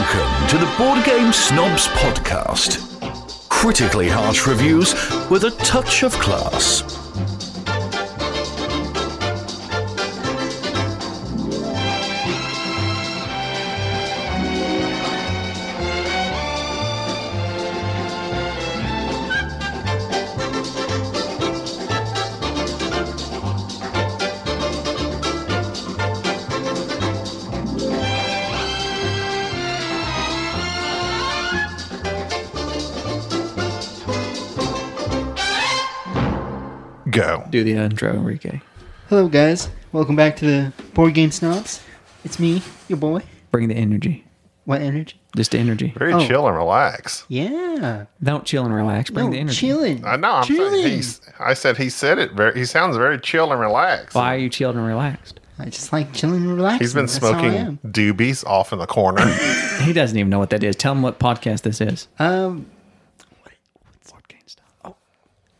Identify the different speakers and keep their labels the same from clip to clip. Speaker 1: Welcome to the Board Game Snobs Podcast. Critically harsh reviews with a touch of class. Go.
Speaker 2: do the intro, Enrique.
Speaker 3: Hello, guys. Welcome back to the Board Game Snobs. It's me, your boy.
Speaker 2: Bring the energy.
Speaker 3: What energy?
Speaker 2: Just the energy.
Speaker 4: Very
Speaker 3: Oh.
Speaker 4: chill and relax.
Speaker 3: Yeah.
Speaker 2: Don't chill and relax. Bring
Speaker 3: no,
Speaker 2: the energy.
Speaker 3: chilling.
Speaker 4: I know. I'm
Speaker 3: chilling.
Speaker 4: saying he's. I said he said it. Very, he sounds very chill and relaxed.
Speaker 2: Why are you chilled and relaxed?
Speaker 3: I just like chilling and relaxing.
Speaker 4: He's been
Speaker 3: That's all I
Speaker 4: smoking
Speaker 3: am.
Speaker 4: doobies off in the corner.
Speaker 2: He doesn't even know what that is. Tell him what podcast this is.
Speaker 3: Um,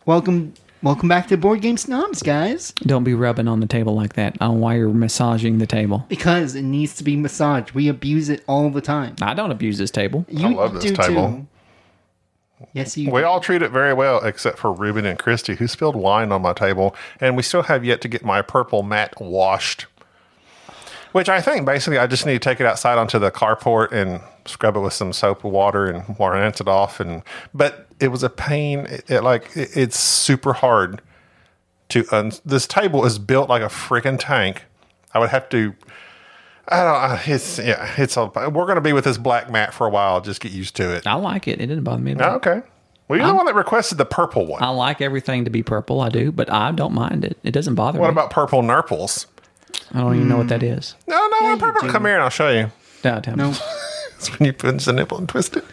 Speaker 3: welcome, welcome back to Board Game Snobs, guys.
Speaker 2: Don't be rubbing on the table like that. I don't why you're massaging the table.
Speaker 3: Because it needs to be massaged. We abuse it all the time.
Speaker 2: I don't abuse this table.
Speaker 3: You
Speaker 4: love this table.
Speaker 3: Too. Yes, you.
Speaker 4: we all treat it very well, except for Ruben and Christy, who spilled wine on my table, and we still have yet to get my purple mat washed. Which I think basically I just need to take it outside onto the carport and scrub it with some soap and water and rinse it off. And but it was a pain. It, it, like it- it's super hard to un- this table is built like a freaking tank. I would have to. I don't. uh, It's yeah. It's a. We're gonna be with this black mat for a while. Just get used to it.
Speaker 2: I like it. It didn't bother me at all.
Speaker 4: Oh, okay. Well, you're the one that requested the purple one.
Speaker 2: I like everything to be purple. I do, but I don't mind it. It doesn't bother
Speaker 4: what
Speaker 2: me.
Speaker 4: about purple nurples?
Speaker 2: I don't even know what that is.
Speaker 4: No, no, I want
Speaker 3: you
Speaker 4: purple.
Speaker 3: do.
Speaker 4: Come here and I'll show you.
Speaker 2: No, tell me.
Speaker 3: No.
Speaker 4: It's when you pinch the nipple and twist it.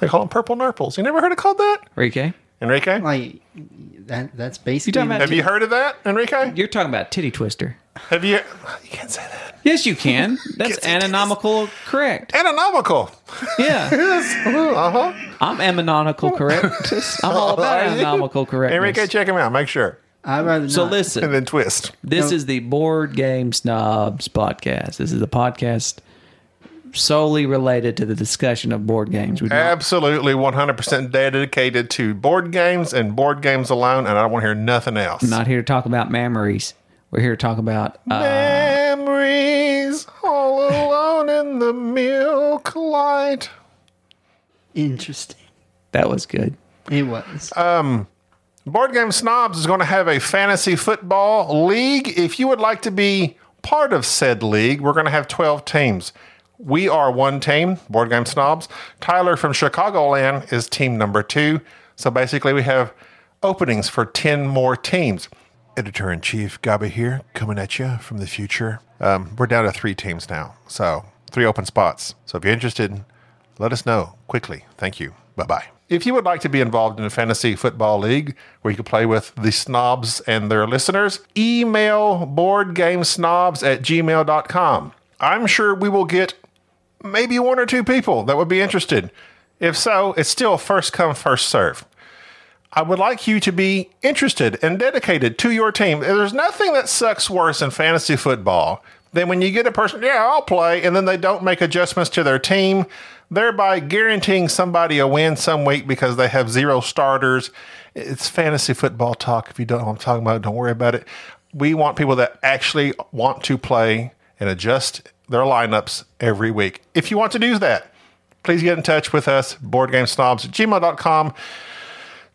Speaker 4: They call them purple nurples. You never heard it called that?
Speaker 2: Enrique,
Speaker 4: Enrique?
Speaker 3: Like that. That's basically.
Speaker 2: talking about-
Speaker 4: Have you heard of that, Enrique?
Speaker 2: you're talking about titty twister.
Speaker 4: Have you? You can't say that.
Speaker 2: Yes, you can. That's
Speaker 4: Yes, it is.
Speaker 2: anatomical correct.
Speaker 4: Anatomical.
Speaker 2: Yeah.
Speaker 4: Uh huh.
Speaker 2: I'm anatomical correct. I'm all about
Speaker 4: Are you?
Speaker 2: anatomical correctness.
Speaker 4: Enrique, check him out. Make sure.
Speaker 3: I'd rather
Speaker 2: So
Speaker 3: not.
Speaker 4: And
Speaker 2: listen,
Speaker 4: then twist.
Speaker 2: this
Speaker 3: No.
Speaker 2: is the Board Game Snobs podcast. This is the podcast solely related to the discussion of board games. We do not-
Speaker 4: Absolutely 100% dedicated to board games and board games alone. And I don't want to hear nothing else.
Speaker 2: not here to talk about memories. We're here to talk about uh,
Speaker 4: Memories all alone in the milk light.
Speaker 3: Interesting.
Speaker 2: that was good.
Speaker 3: It was.
Speaker 4: Uh, Board Game Snobs is going to have a fantasy football league. If you would like to be part of said league, we're going to have 12 teams. We are one team, Board Game Snobs. Tyler from Chicagoland is team number two. So basically, we have openings for 10 more teams. Editor in Chief Gaba here, coming at you from the future. Um, we're down to three teams now. So, three open spots. So, if you're interested, let us know quickly. Thank you. Bye bye. If you would like to be involved in a fantasy football league where you can play with the snobs and their listeners, email boardgamesnobs at gmail.com. I'm sure we will get maybe one or two people that would be interested. If so, it's still first come, first serve. I would like you to be interested and dedicated to your team. There's nothing that sucks worse in fantasy football than when you get a person, yeah, I'll play, and then they don't make adjustments to their team, thereby guaranteeing somebody a win some week because they have zero starters. It's fantasy football talk. If you don't know what I'm talking about, don't worry about it. We want people that actually want to play and adjust their lineups every week. If you want to do that, please get in touch with us, boardgamesnobs at gmail.com.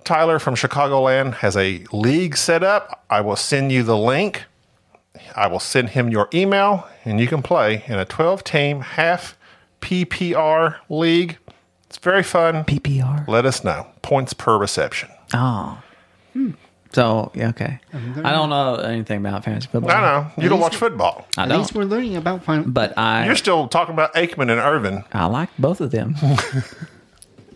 Speaker 4: Tyler from Chicagoland has a league set up. I will send you the link. I will send him your email, and you can play in a 12 team half PPR league. It's very fun.
Speaker 2: PPR.
Speaker 4: Let us know. Points per reception.
Speaker 2: Oh. So yeah, okay. I don't know anything about fantasy football.
Speaker 4: I know. You don't watch football.
Speaker 2: I
Speaker 3: At least
Speaker 2: don't.
Speaker 3: we're learning about fun.
Speaker 2: But I
Speaker 4: You're still talking about Aikman and Irvin.
Speaker 2: I like both of them.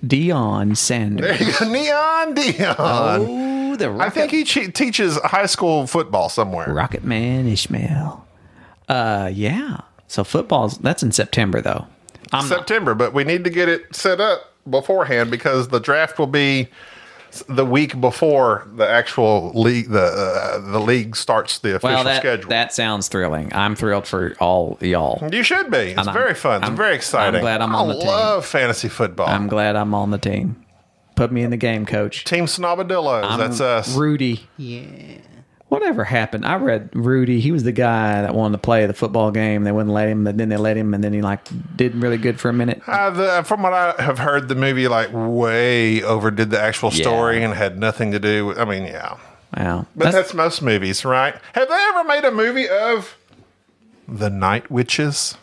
Speaker 2: Dion Sanders.
Speaker 4: Neon Dion.
Speaker 2: Ooh, the
Speaker 4: I think he che- teaches high school football somewhere.
Speaker 2: Rocket Man Ishmael. Uh, yeah. So football's that's in September though. I'm not-
Speaker 4: September, but we need to get it set up beforehand because the draft will be the week before the actual league the uh, the league starts the official
Speaker 2: Well, that,
Speaker 4: schedule.
Speaker 2: that sounds thrilling. I'm thrilled for all y'all.
Speaker 4: you should be. It's
Speaker 2: I'm-
Speaker 4: very fun. It's
Speaker 2: I'm-
Speaker 4: very exciting.
Speaker 2: I'm glad I'm on
Speaker 4: I
Speaker 2: the team.
Speaker 4: love fantasy football.
Speaker 2: I'm glad I'm on the team. Put me in the game, coach.
Speaker 4: team Snobadillos.
Speaker 2: I'm
Speaker 4: that's us.
Speaker 2: Rudy.
Speaker 3: Yeah.
Speaker 2: Whatever happened? I read Rudy. He was the guy that wanted to play the football game. They wouldn't let him, but then they let him, and then he like did really good for a minute.
Speaker 4: Uh, the, from what I have heard, the movie like way overdid the actual
Speaker 2: Yeah.
Speaker 4: story and had nothing to do. with I mean, yeah,
Speaker 2: Wow.
Speaker 4: but that's,
Speaker 2: That's-
Speaker 4: most movies, right? Have they ever made a movie of the Night Witches?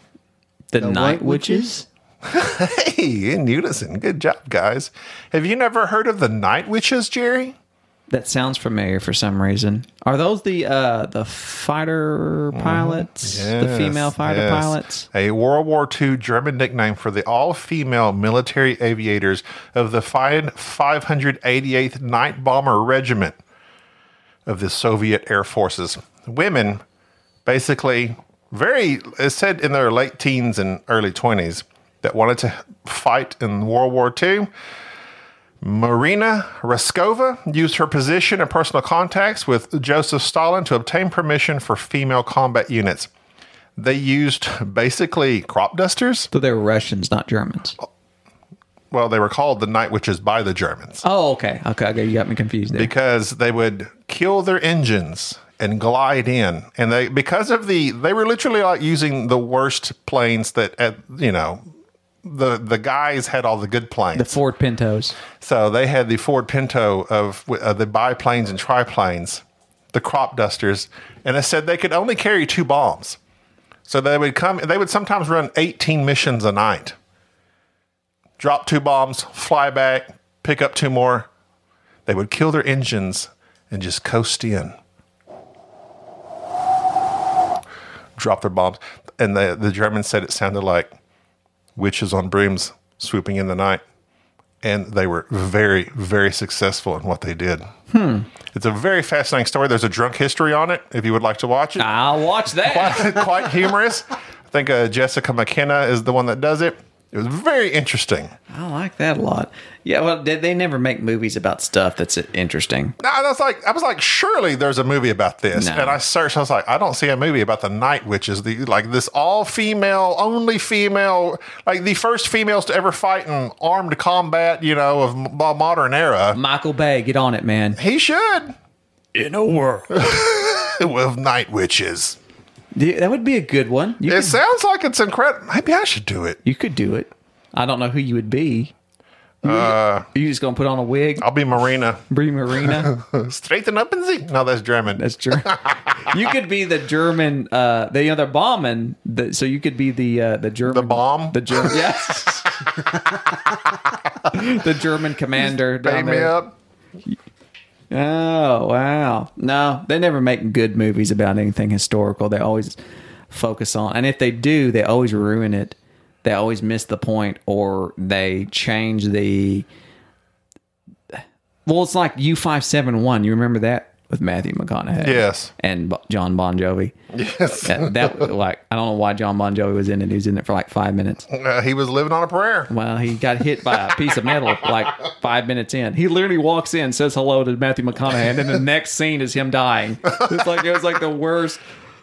Speaker 2: the,
Speaker 3: The
Speaker 2: night
Speaker 3: White
Speaker 2: witches.
Speaker 4: Hey, in unison, good job, guys. Have you never heard of the Night Witches, Jerry?
Speaker 2: That sounds familiar for some reason. Are those the uh the fighter pilots? the
Speaker 4: Mm-hmm. Yes,
Speaker 2: female fighter
Speaker 4: yes.
Speaker 2: pilots?
Speaker 4: A World War II German nickname for the all female military aviators of the fine 588th Night Bomber Regiment of the Soviet Air Forces. Women, basically, very, it said in their late teens and early 20s, that wanted to fight in World War II. Marina Raskova used her position and personal contacts with Joseph Stalin to obtain permission for female combat units. They used basically crop dusters.
Speaker 2: So they're Russians, not Germans.
Speaker 4: Well, they were called the Night Witches by the Germans
Speaker 2: Oh, okay. Okay, okay. You got me confused there.
Speaker 4: because they would kill their engines and glide in. And they, because of the, they were literally like using the worst planes that, at, you know, the, the guys had all the good planes.
Speaker 2: The Ford Pintos.
Speaker 4: So they had the Ford Pinto of uh, the biplanes and triplanes, the crop dusters, and they said they could only carry two bombs. So they would come. They would sometimes run 18 missions a night. Drop two bombs, fly back, pick up two more. They would kill their engines and just coast in. Drop their bombs, and the the Germans said it sounded like witches on brooms swooping in the night and they were very, very successful in what they did. It's a very fascinating story. There's a drunk history on it if you would like to watch it.
Speaker 2: I'll watch that.
Speaker 4: Quite, quite humorous. I think uh, Jessica McKenna is the one that does it. It was very interesting.
Speaker 2: I like that a lot. Yeah, well, they, they never make movies about stuff that's interesting.
Speaker 4: Now, I was like, I was like, surely there's a movie about this.
Speaker 2: No.
Speaker 4: And I searched. I was like, I don't see a movie about the night witches. The like this all female, only female, like the first females to ever fight in armed combat. You know, of m- modern era.
Speaker 2: Michael Bay, get on it, man.
Speaker 4: He should
Speaker 1: In a world.
Speaker 4: with night witches.
Speaker 2: Yeah, That would be a good one. You,
Speaker 4: It
Speaker 2: could,
Speaker 4: sounds like it's incredible. Maybe I should do it.
Speaker 2: you could do it. I don't know who you would be. Uh, you just gonna put on a wig,
Speaker 4: I'll be Marina.
Speaker 2: Brie Marina?
Speaker 4: Straighten up and see. No, that's German.
Speaker 2: That's German. you could be the German. Uh, they, you know, they're bombing. The, so you could be the uh, the German.
Speaker 4: The bomb?
Speaker 2: The German. Yes. the German commander.
Speaker 4: Pay
Speaker 2: down
Speaker 4: me
Speaker 2: there.
Speaker 4: up.
Speaker 2: Oh wow! No, they never make good movies about anything historical. They always focus on, and if they do, they always ruin it. They always miss the point, or they change the. Well, it's like U five seven one. You remember that with Matthew McConaughey?
Speaker 4: Yes.
Speaker 2: and Bo- John Bon Jovi. Yes, that, that like I don't know why John Bon Jovi was in it. He was in it for like five minutes.
Speaker 4: Uh, he was living on a prayer.
Speaker 2: Well, he got hit by a piece of metal like five minutes in. He literally walks in, says hello to Matthew McConaughey, and then the next scene is him dying. It's like it was like the worst.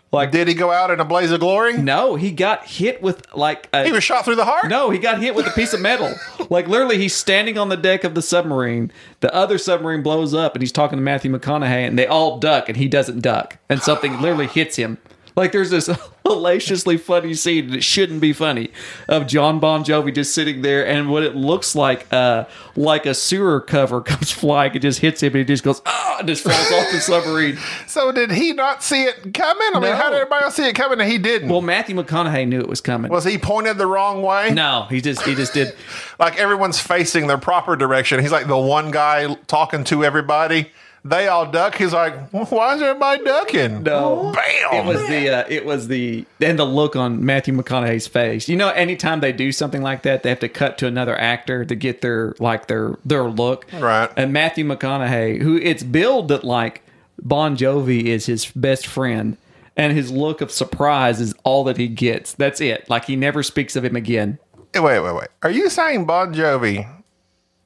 Speaker 2: Like
Speaker 4: Did he go out in a blaze of glory?
Speaker 2: no, he got hit with like a,
Speaker 4: He was shot through the heart.
Speaker 2: no, he got hit with a piece of metal. Like literally, he's standing on the deck of the submarine. The other submarine blows up, and he's talking to Matthew McConaughey, and they all duck, and he doesn't duck, and something literally hits him. Like there's this hilariously funny scene that shouldn't be funny of John Bon Jovi just sitting there, and what it looks like, uh, like a sewer cover comes flying and just hits him, and he just goes ah, and just falls off the submarine.
Speaker 4: So did he not see it coming? I mean,
Speaker 2: No.
Speaker 4: how did everybody else see it coming and he didn't?
Speaker 2: Well, Matthew McConaughey knew it was coming.
Speaker 4: was he pointed the wrong way?
Speaker 2: no, he just he just did.
Speaker 4: Like everyone's facing their proper direction. He's like the one guy talking to everybody. They all duck. He's like, why is everybody ducking?
Speaker 2: No.
Speaker 4: Bam.
Speaker 2: It was the uh, it was the and the look on Matthew McConaughey's face. You know, anytime they do something like that, they have to cut to another actor to get their like their their look.
Speaker 4: Right.
Speaker 2: And Matthew McConaughey, who it's billed that like Bon Jovi is his best friend, and his look of surprise is all that he gets. That's it. Like he never speaks of him again.
Speaker 4: Wait, wait, wait. Are you saying Bon Jovi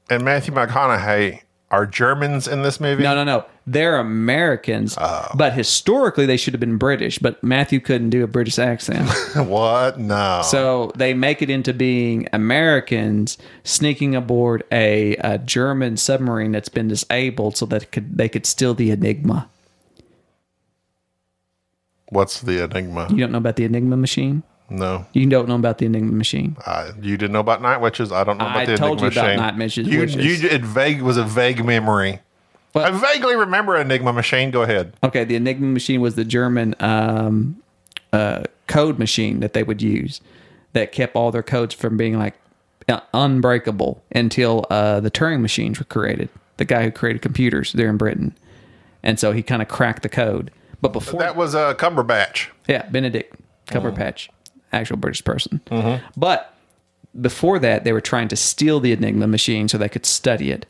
Speaker 4: and Matthew McConaughey are Germans in this movie?
Speaker 2: No, no, no. They're Americans, but historically they should have been British. But Matthew couldn't do a British accent,
Speaker 4: What? No.
Speaker 2: so they make it into being Americans sneaking aboard a, a German submarine that's been disabled, so that it could they could steal the Enigma.
Speaker 4: What's the enigma?
Speaker 2: You don't know about the Enigma machine.
Speaker 4: No.
Speaker 2: You don't know about the Enigma machine.
Speaker 4: I, Uh, you didn't know about Night Witches. I don't know about
Speaker 2: I
Speaker 4: the
Speaker 2: told
Speaker 4: Enigma
Speaker 2: you about
Speaker 4: Machine.
Speaker 2: Night Witches-
Speaker 4: You,
Speaker 2: Witches.
Speaker 4: you, it vague was a vague memory.
Speaker 2: But-
Speaker 4: I vaguely remember Enigma Machine. Go ahead.
Speaker 2: Okay, the Enigma machine was the German um, uh, code machine that they would use that kept all their codes from being like uh, unbreakable until uh, the Turing machines were created. The guy who created computers there in Britain, and so he kind of cracked the code. But before
Speaker 4: That was a Cumberbatch.
Speaker 2: yeah, Benedict Cumberbatch, actual British person. But before that, they were trying to steal the Enigma machine so they could study it.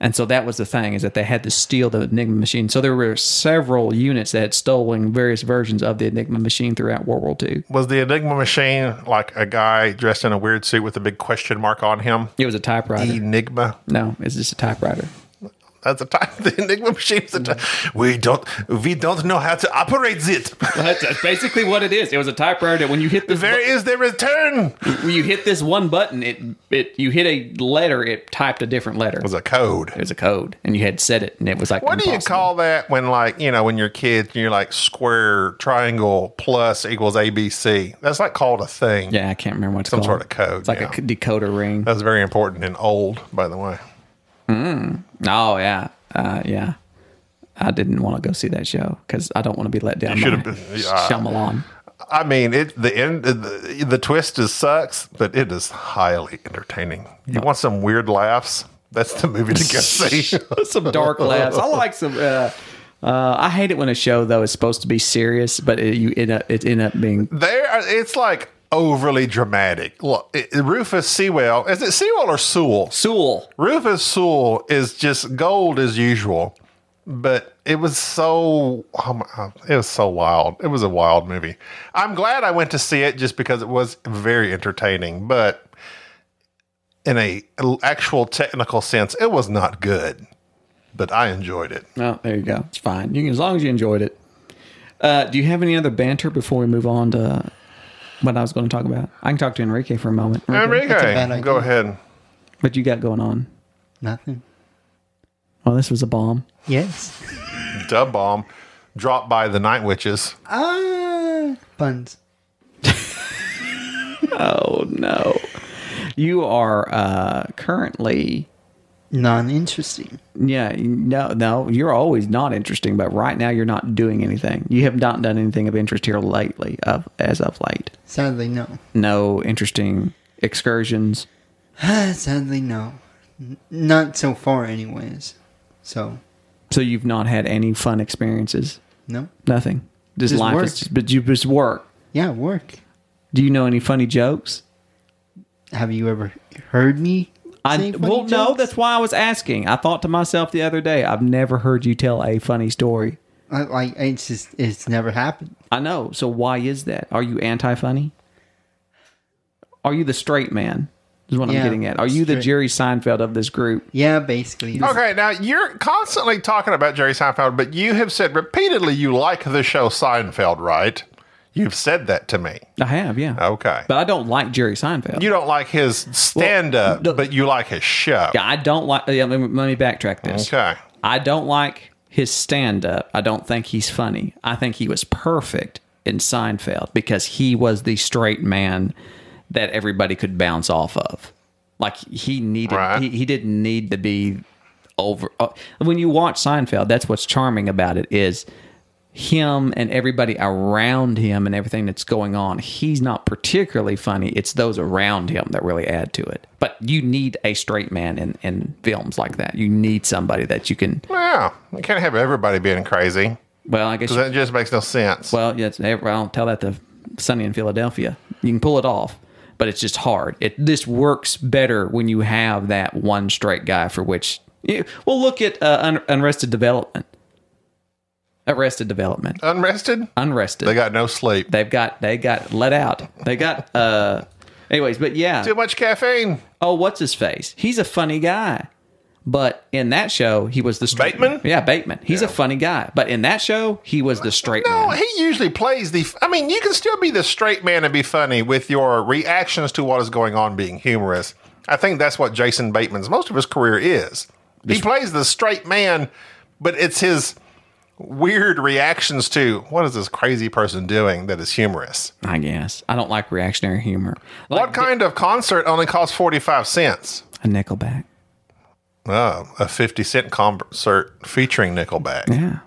Speaker 2: And so that was the thing is that they had to steal the Enigma machine. So there were several units that had stolen various versions of the Enigma machine throughout World War II.
Speaker 4: Was the Enigma Machine like a guy dressed in a weird suit with a big question mark on him?
Speaker 2: It was a typewriter.
Speaker 4: Enigma.
Speaker 2: No, it's just a typewriter.
Speaker 4: That's the time. The Enigma Machine. is the time. We don't. We don't know how to operate it.
Speaker 2: That's, that's basically what it is. It was a typewriter that when you hit this
Speaker 4: There is the return. It
Speaker 2: when you hit this one button, it it you hit a letter, it typed a different letter.
Speaker 4: was a code.
Speaker 2: It was a code, and you had set it, and it was like
Speaker 4: What do you
Speaker 2: impossible.
Speaker 4: call that when, like, you know, when you're kids and you're like square, triangle, plus equals ABC? That's like called a thing.
Speaker 2: Yeah, I can't remember what it's
Speaker 4: Some
Speaker 2: called.
Speaker 4: sort of code,
Speaker 2: It's like
Speaker 4: yeah.
Speaker 2: a decoder ring.
Speaker 4: That's very important and old, by the way.
Speaker 2: Oh yeah, uh, yeah. I didn't want to go see that show because I don't want to be let down.
Speaker 4: You should've
Speaker 2: by
Speaker 4: been- yeah.
Speaker 2: Shyamalan.
Speaker 4: I mean, it the end the, the twist is sucks, but it is highly entertaining. You want some weird laughs? That's the movie to go see.
Speaker 2: some dark laughs. I like some. Uh, uh, I hate it when a show though is supposed to be serious, but it, you end up it end up being
Speaker 4: there, are- it's like overly dramatic. Look, it, Rufus Sewell. Is it Sewell or Sewell?
Speaker 2: Sewell.
Speaker 4: Rufus Sewell is just gold as usual, but it was so oh my, oh, it was so wild. It was a wild movie. I'm glad I went to see it just because it was very entertaining, but in a actual technical sense, it was not good. But I enjoyed it.
Speaker 2: Oh, there you go. It's fine. You can, as long as you enjoyed it. Uh, do you have any other banter before we move on to what I was going to talk about? I can talk to Enrique for a moment.
Speaker 3: a bad
Speaker 4: Enrique,
Speaker 3: idea.
Speaker 4: go ahead.
Speaker 2: what you got going on?
Speaker 3: Nothing.
Speaker 2: Well, this was a bomb.
Speaker 3: Yes.
Speaker 4: Dub bomb. Drop by the Night Witches.
Speaker 3: Ah, buns.
Speaker 2: Oh no. You are uh currently
Speaker 3: Non-interesting.
Speaker 2: yeah, no no, you're always not interesting, but right now you're not doing anything. You have not done anything of interest here lately of as of late.
Speaker 3: Sadly, no.
Speaker 2: No interesting excursions.
Speaker 3: Ah, Sadly, no. N- not so far, anyways. So,
Speaker 2: So you've not had any fun experiences.
Speaker 3: no.
Speaker 2: Nothing. Just,
Speaker 3: Just
Speaker 2: life
Speaker 3: work.
Speaker 2: is but you just work.
Speaker 3: Yeah, work.
Speaker 2: Do you know any funny jokes?
Speaker 3: Have you ever heard me?
Speaker 2: I,
Speaker 3: say funny
Speaker 2: well, no,
Speaker 3: jokes?
Speaker 2: that's why I was asking. I thought to myself the other day, I've never heard you tell a funny story.
Speaker 3: I, like it's just it's never happened.
Speaker 2: I know. So why is that? Are you anti funny? Are you the straight man? Is what I'm
Speaker 3: Yeah,
Speaker 2: getting at. Are you the
Speaker 3: straight.
Speaker 2: Jerry Seinfeld of this group?
Speaker 3: Yeah, basically.
Speaker 4: Okay, now you're constantly talking about Jerry Seinfeld, but you have said repeatedly you like the show Seinfeld, right? You've said that to me.
Speaker 2: I have, yeah.
Speaker 4: Okay.
Speaker 2: But I don't like Jerry Seinfeld.
Speaker 4: You don't like his stand up,
Speaker 2: Well, no.
Speaker 4: but you like his show.
Speaker 2: Yeah, I don't like. Yeah, let, me, let me backtrack this.
Speaker 4: Okay.
Speaker 2: I don't like his stand up. I don't think he's funny. I think he was perfect in Seinfeld because he was the straight man that everybody could bounce off of. Like he needed,
Speaker 4: Right.
Speaker 2: he, he didn't need to be over. Uh, when you watch Seinfeld, that's what's charming about it is him and everybody around him and everything that's going on. He's not particularly funny. It's those around him that really add to it. But you need a straight man in, in films like that. You need somebody that you can.
Speaker 4: Yeah. You can't have everybody being crazy.
Speaker 2: Well, I guess. you-
Speaker 4: That just makes no sense.
Speaker 2: well, yes. eh, Well, tell that to Sunny in Philadelphia. You can pull it off, but it's just hard. It this works better when you have that one straight guy for which. You, well, look at uh, Un- Unrested Development. Arrested Development.
Speaker 4: Unrested?
Speaker 2: Unrested.
Speaker 4: They got no sleep.
Speaker 2: They've got they got let out. They got uh anyways, but yeah.
Speaker 4: Too much caffeine.
Speaker 2: Oh, what's his face? He's a funny guy. But in that show, he was the straight
Speaker 4: Bateman?
Speaker 2: man. Yeah, Bateman. He's a funny guy. But in that show, he was the straight
Speaker 4: No,
Speaker 2: man.
Speaker 4: he usually plays the. I mean, you can still be the straight man and be funny with your reactions to what is going on being humorous. I think that's what Jason Bateman's most of his career is. He plays the straight man, but it's his weird reactions to what is this crazy person doing that is humorous.
Speaker 2: I guess I don't like reactionary humor. Like
Speaker 4: What kind of concert only costs 45 cents?
Speaker 2: a Nickelback.
Speaker 4: Oh, a 50 cent concert featuring Nickelback.
Speaker 2: Yeah.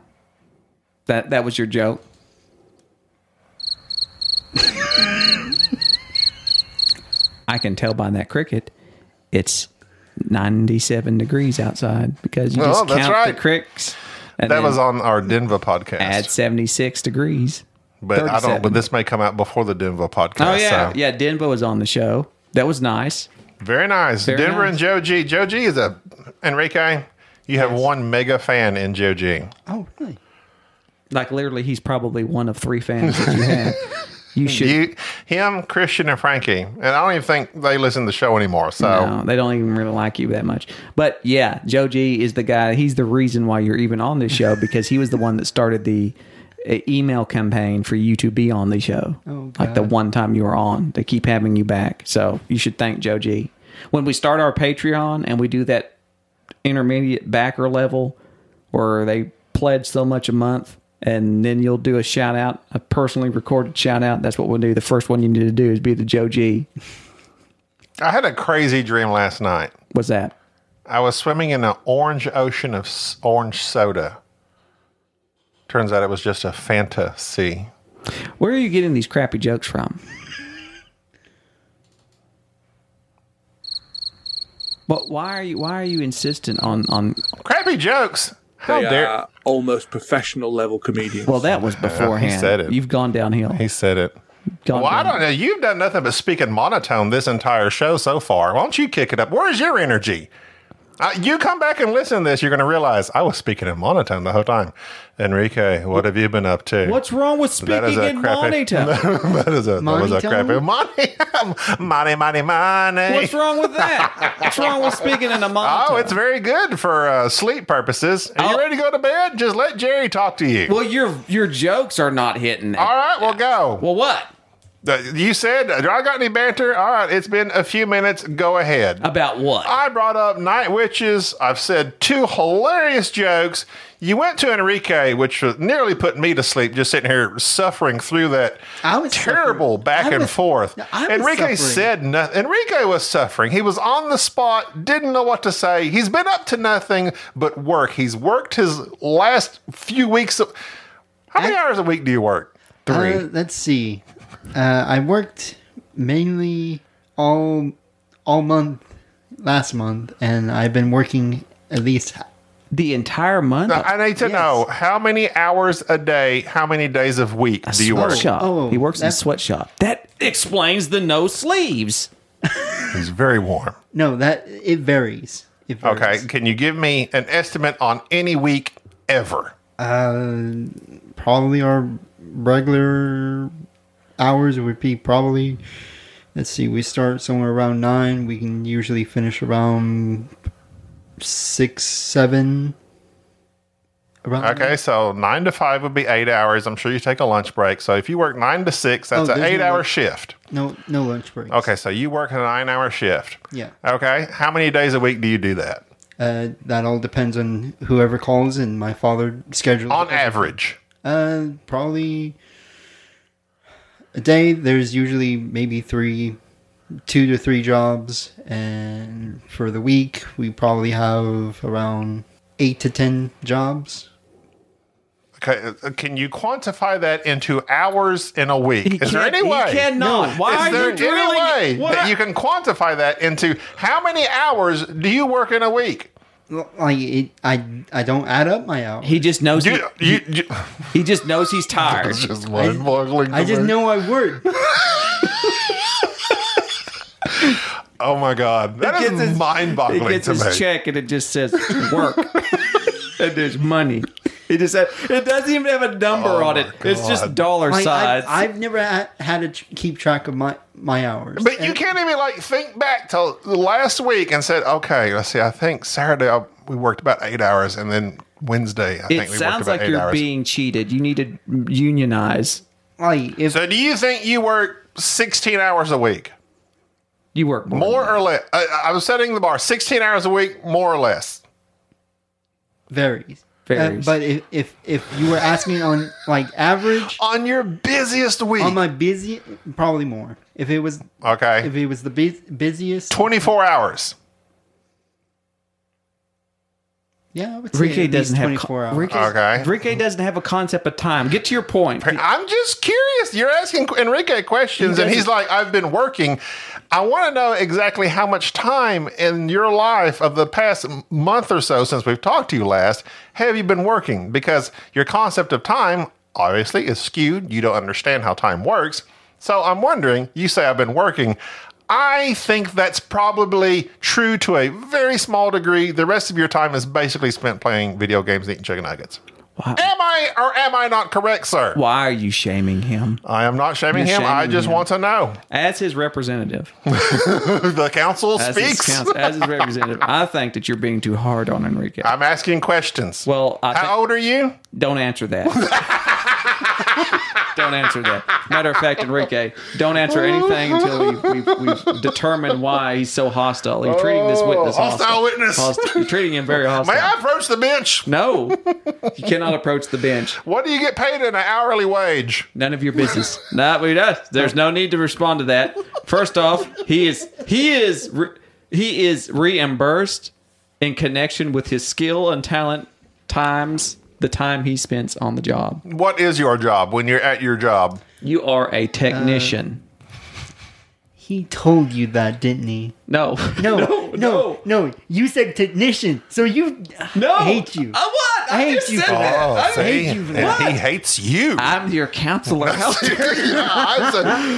Speaker 2: That that was your joke. I can tell by that cricket. It's 97 degrees outside because you
Speaker 4: Oh,
Speaker 2: just
Speaker 4: that's
Speaker 2: count
Speaker 4: right.
Speaker 2: the cricks. And
Speaker 4: That
Speaker 2: then
Speaker 4: was on our Denver podcast.
Speaker 2: add 76 degrees.
Speaker 4: but I don't,
Speaker 2: 37.
Speaker 4: but this may come out before the Denver podcast.
Speaker 2: Oh yeah,
Speaker 4: so-
Speaker 2: yeah. Denver was on the show. That was nice.
Speaker 4: Very nice. Denver
Speaker 2: nice.
Speaker 4: and Joe G. Joe G is a Enrique. You have one mega fan in Joe G.
Speaker 3: Oh, really?
Speaker 2: Like literally, he's probably one of three fans that you have. You should.
Speaker 4: You, him, Christian, and Frankie. And I don't even think they listen to the show anymore. So
Speaker 3: Oh.
Speaker 2: No, they don't even really like you that much. But yeah, Joe G is the guy. He's the reason why you're even on this show because he was the one that started the uh, email campaign for you to be on the show.
Speaker 3: Oh,
Speaker 2: Like the
Speaker 3: God.
Speaker 2: one time you were on, they keep having you back. So you should thank Joe G. When we start our Patreon and we do that intermediate backer level where they pledge so much a month and then you'll do a shout out, a personally recorded shout out. That's what we'll do. The first one you need to do is be the Joe G.
Speaker 4: I had a crazy dream last night.
Speaker 2: What's that?
Speaker 4: I was swimming in an orange ocean of s- orange soda. Turns out it was just a fantasy.
Speaker 2: Where are you getting these crappy jokes from? But why are you why are you insistent on on?
Speaker 4: Crappy jokes. How
Speaker 5: They
Speaker 4: dare
Speaker 5: are almost professional level comedians.
Speaker 2: Well, that was beforehand.
Speaker 4: said it.
Speaker 2: You've gone downhill.
Speaker 4: he said it?
Speaker 2: Gone
Speaker 4: Well, I
Speaker 2: down-
Speaker 4: don't know. You've done nothing but speak in monotone this entire show so far. Why don't you kick it up? Where's your energy? Uh, you come back and listen to this, you're going to realize I was speaking in monotone the whole time. Enrique, what have you been up to?
Speaker 2: What's wrong with
Speaker 4: That is
Speaker 2: speaking
Speaker 4: a
Speaker 2: in
Speaker 4: crappy.
Speaker 2: monotone?
Speaker 4: that is a, that was
Speaker 3: Monotone?
Speaker 4: a crappy. Money, money, money, money.
Speaker 2: What's wrong with that? What's wrong with speaking in a monotone?
Speaker 4: Oh, it's very good for uh, sleep purposes. Are you
Speaker 2: I'll-
Speaker 4: ready to go to bed? Just let Jerry talk to you.
Speaker 2: well, your your jokes are not hitting. it.
Speaker 4: All right, we'll go.
Speaker 2: Well, what
Speaker 4: Uh, You said, do I got any banter? All right, it's been a few minutes. Go ahead.
Speaker 2: about what?
Speaker 4: I brought up Night Witches. I've said two hilarious jokes. You went to Enrique, which was nearly put me to sleep just sitting here suffering through that
Speaker 3: I was
Speaker 4: terrible
Speaker 3: suffering.
Speaker 4: back
Speaker 3: I
Speaker 4: and
Speaker 3: was-
Speaker 4: forth.
Speaker 3: No, I was
Speaker 4: Enrique
Speaker 3: suffering.
Speaker 4: said nothing. Enrique was suffering. He was on the spot, didn't know what to say. He's been up to nothing but work. He's worked his last few weeks. Of, how many hours a week do you work? Three.
Speaker 3: Uh, let's see. Uh, I worked mainly all all month last month, and I've been working at least.
Speaker 2: the entire month.
Speaker 4: I need to
Speaker 3: yes.
Speaker 4: know how many hours a day, how many days of week do you work?
Speaker 2: sweatshop.
Speaker 3: Oh,
Speaker 2: he works in a
Speaker 3: that's-
Speaker 2: sweatshop. That explains the no sleeves.
Speaker 4: It's very warm.
Speaker 3: No, that it varies. It
Speaker 4: Okay.
Speaker 3: varies.
Speaker 4: Can you give me an estimate on any week ever?
Speaker 3: Uh, probably our regular hours would be probably. Let's see. We start somewhere around nine. We can usually finish around six, seven. Around
Speaker 2: Mm-hmm.
Speaker 4: Okay, so nine to five would be eight hours. I'm sure you take a lunch break. So if you work nine to six, that's
Speaker 3: Oh, there's
Speaker 4: an
Speaker 3: no
Speaker 4: eight hour
Speaker 3: lunch.
Speaker 4: shift.
Speaker 3: No, no lunch breaks.
Speaker 4: Okay, so you work a nine hour shift.
Speaker 3: Yeah.
Speaker 4: Okay. How many days a week do you do that?
Speaker 3: Uh, that all depends on whoever calls and my father schedules.
Speaker 4: On
Speaker 3: it.
Speaker 4: average.
Speaker 3: Uh, probably a day. There's usually maybe three, two to three jobs, and for the week we probably have around eight to ten jobs.
Speaker 4: Okay. uh, Can you quantify that into hours in a week? Is there
Speaker 2: can't-
Speaker 4: any
Speaker 2: he
Speaker 4: way?
Speaker 2: cannot. Why
Speaker 4: Is
Speaker 2: are
Speaker 4: there
Speaker 2: you
Speaker 4: any
Speaker 2: drilling?
Speaker 4: way
Speaker 2: Why-
Speaker 4: that you can quantify that into how many hours do you work in a week?
Speaker 3: L- Like it, I I don't add up my hours.
Speaker 2: He just knows.
Speaker 4: You,
Speaker 2: he,
Speaker 4: you, you,
Speaker 2: he just knows he's tired.
Speaker 4: it's just mind-boggling.
Speaker 3: I
Speaker 4: to
Speaker 3: just
Speaker 4: me.
Speaker 3: know I work.
Speaker 4: Oh my god, that
Speaker 2: gets
Speaker 4: is
Speaker 2: his-
Speaker 4: mind-boggling
Speaker 2: He gets
Speaker 4: to
Speaker 2: his
Speaker 4: me.
Speaker 2: check and it just says work. and there's money. It just it doesn't even have a number
Speaker 4: Oh
Speaker 2: on it.
Speaker 4: my
Speaker 2: It's just
Speaker 4: God.
Speaker 2: dollar
Speaker 3: Like,
Speaker 2: signs.
Speaker 3: I've, I've never ha- had to tr- keep track of my my hours.
Speaker 4: But you
Speaker 3: And
Speaker 4: can't even like think back to last week and said, okay, let's see. I think Saturday I, we worked about eight hours, and then Wednesday I
Speaker 2: it
Speaker 4: think we worked
Speaker 2: sounds
Speaker 4: about
Speaker 2: like
Speaker 4: 8
Speaker 2: you're
Speaker 4: hours.
Speaker 2: being cheated. You need to unionize.
Speaker 3: Like if
Speaker 4: so do you think you work sixteen hours a week,
Speaker 2: You work more.
Speaker 4: more or less? I, I was setting the bar sixteen hours a week, more or less.
Speaker 3: varies. Uh,
Speaker 2: Varies.
Speaker 3: but if, if if you were asking on like average
Speaker 4: on your busiest week.
Speaker 3: on my busy, probably more. If it was
Speaker 4: okay,
Speaker 3: if it was the bus busiest,
Speaker 4: twenty-four hours.
Speaker 3: yeah, I would say
Speaker 2: Rike
Speaker 3: at least
Speaker 2: doesn't have
Speaker 3: 24 hours.
Speaker 2: Rike,
Speaker 4: Okay.
Speaker 2: Rike doesn't have a concept of time. Get to your point.
Speaker 4: I'm just curious. You're asking Enrique questions, and he's like, "I've been working. I want to know exactly how much time in your life of the past m- month or so since we've talked to you last have you been working? Because your concept of time obviously is skewed. You don't understand how time works. So I'm wondering. You say I've been working. I think that's probably true to a very small degree. The rest of your time is basically spent playing video games and eating chicken nuggets. Am I or am I not correct, sir?
Speaker 2: Why are you shaming him?
Speaker 4: I am not shaming
Speaker 2: You're
Speaker 4: him. I
Speaker 2: shaming
Speaker 4: just
Speaker 2: him.
Speaker 4: want to know.
Speaker 2: As his representative,
Speaker 4: the council
Speaker 2: as his,
Speaker 4: speaks.
Speaker 2: counsel, as his representative, I think that you're being too hard on Enrique.
Speaker 4: I'm asking questions.
Speaker 2: well, I
Speaker 4: how
Speaker 2: thi-
Speaker 4: old are you?
Speaker 2: Don't answer that. don't answer that. Matter of fact, Enrique, don't answer anything until we, we, we've determined why he's so hostile. You're treating this witness
Speaker 4: Oh,
Speaker 2: hostile.
Speaker 4: hostile witness.
Speaker 2: Hosti- You're treating him very hostile.
Speaker 4: May I approach the bench?
Speaker 2: No, you cannot approach the bench.
Speaker 4: What do you get paid in an hourly wage?
Speaker 2: None of your business. no, we don't. There's no need to respond to that. First off, he is he is re- he is reimbursed in connection with his skill and talent times the time he spends on the job.
Speaker 4: What is your job when you're at your job?
Speaker 2: You are a technician.
Speaker 3: He told you that, didn't he?
Speaker 2: no.
Speaker 3: No, no, no, You said technician, so you.
Speaker 2: No.
Speaker 3: I hate you.
Speaker 2: I what? I,
Speaker 3: I hate
Speaker 2: just
Speaker 3: you
Speaker 2: said
Speaker 3: for
Speaker 2: that.
Speaker 3: that.
Speaker 2: I
Speaker 3: I hate
Speaker 4: Oh, see?
Speaker 3: you for
Speaker 4: And
Speaker 3: that.
Speaker 4: he hates you.
Speaker 2: am your counselor. How dare-
Speaker 4: Yeah, I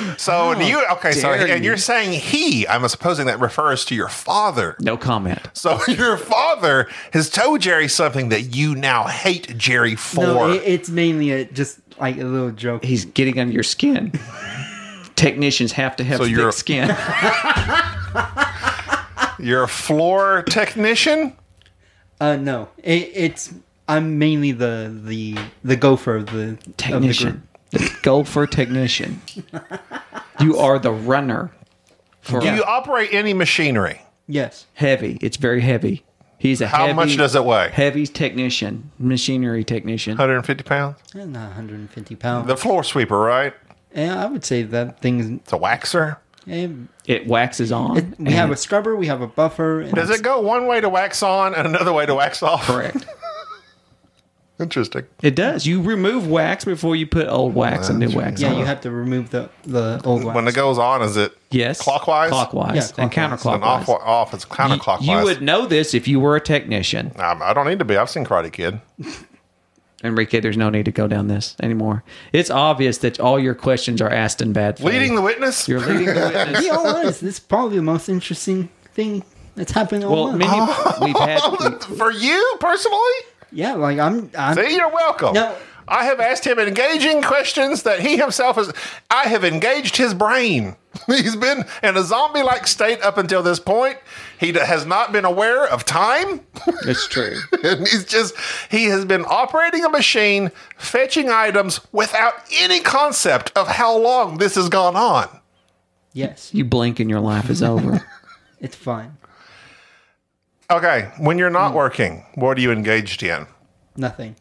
Speaker 4: said- so do you? Okay, so
Speaker 2: dare
Speaker 4: and
Speaker 2: you.
Speaker 4: you're saying he? I'm supposing that refers to your father.
Speaker 2: no comment.
Speaker 4: So your father has told Jerry something that you now hate Jerry for.
Speaker 3: No, it, it's mainly a, just like a little joke.
Speaker 2: He's getting under your skin. Technicians have to have
Speaker 4: So you're-
Speaker 2: thick skin.
Speaker 4: You're a floor technician?
Speaker 3: Uh, no, it, it's I'm mainly the the the gopher of the Of the
Speaker 2: technician. Go for technician. You are the runner. For
Speaker 4: Do you operate any machinery?
Speaker 3: yes,
Speaker 2: heavy. It's very heavy. He's a
Speaker 4: How
Speaker 2: heavy,
Speaker 4: much does it weigh?
Speaker 2: Heavy technician, machinery technician.
Speaker 4: 150 pounds?
Speaker 3: Eh, not 150 pounds.
Speaker 4: The floor sweeper, right?
Speaker 3: yeah, I would say that thing's.
Speaker 4: It's a waxer.
Speaker 3: eh,
Speaker 2: It waxes on.
Speaker 3: we have a scrubber, we have a buffer. And
Speaker 4: Does it go one way to wax on and another way to wax off?
Speaker 2: correct.
Speaker 4: Interesting.
Speaker 2: It does. You remove wax before you put old wax and new wax.
Speaker 3: Yeah,
Speaker 2: on.
Speaker 3: you have to remove the the old one.
Speaker 4: When it goes on, is it
Speaker 2: yes.
Speaker 4: clockwise?
Speaker 2: clockwise,
Speaker 3: Yeah,
Speaker 2: and
Speaker 3: clockwise.
Speaker 4: And off,
Speaker 2: counterclockwise.
Speaker 4: off it's counterclockwise.
Speaker 2: You would know this if you were a technician,
Speaker 4: Um, I don't need to be. I've seen Karate Kid.
Speaker 2: Enrique. There's no need to go down this anymore. It's obvious that all your questions are asked in bad faith.
Speaker 4: Leading the witness?
Speaker 2: You're leading the witness.
Speaker 3: be all honest, this is probably the most interesting thing that's happened all
Speaker 2: Well,
Speaker 3: month.
Speaker 2: many we've had.
Speaker 4: For you personally?
Speaker 3: yeah, like I'm, I'm
Speaker 4: See, you're welcome.
Speaker 3: No.
Speaker 4: I have asked him engaging questions that he himself has. I have engaged his brain. He's been in a zombie like state up until this point. He d- has not been aware of time.
Speaker 2: It's true.
Speaker 4: and he's just, he has been operating a machine, fetching items without any concept of how long this has gone on.
Speaker 3: yes,
Speaker 2: You blink and your life is over.
Speaker 3: it's fine.
Speaker 4: Okay, when you're not working, what are you engaged in?
Speaker 3: Nothing.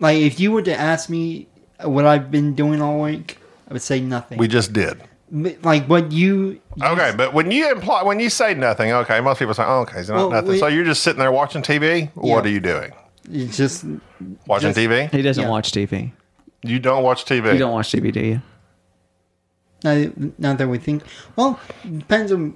Speaker 3: Like if you were to ask me what I've been doing all week, I would say nothing.
Speaker 4: We just did.
Speaker 3: But, like what you
Speaker 4: Okay, but when you imply when you say nothing, okay, most people say, oh, "Okay, it's not
Speaker 3: Well,
Speaker 4: nothing."
Speaker 3: we-
Speaker 4: so you're just sitting there watching TV. What
Speaker 3: Yeah.
Speaker 4: are you doing?
Speaker 3: you just
Speaker 4: Watching
Speaker 3: Just-
Speaker 4: TV?
Speaker 2: He doesn't
Speaker 3: Yeah.
Speaker 2: watch TV.
Speaker 4: You don't watch TV.
Speaker 2: You don't watch TV, do you?
Speaker 3: now, now that we think well depends on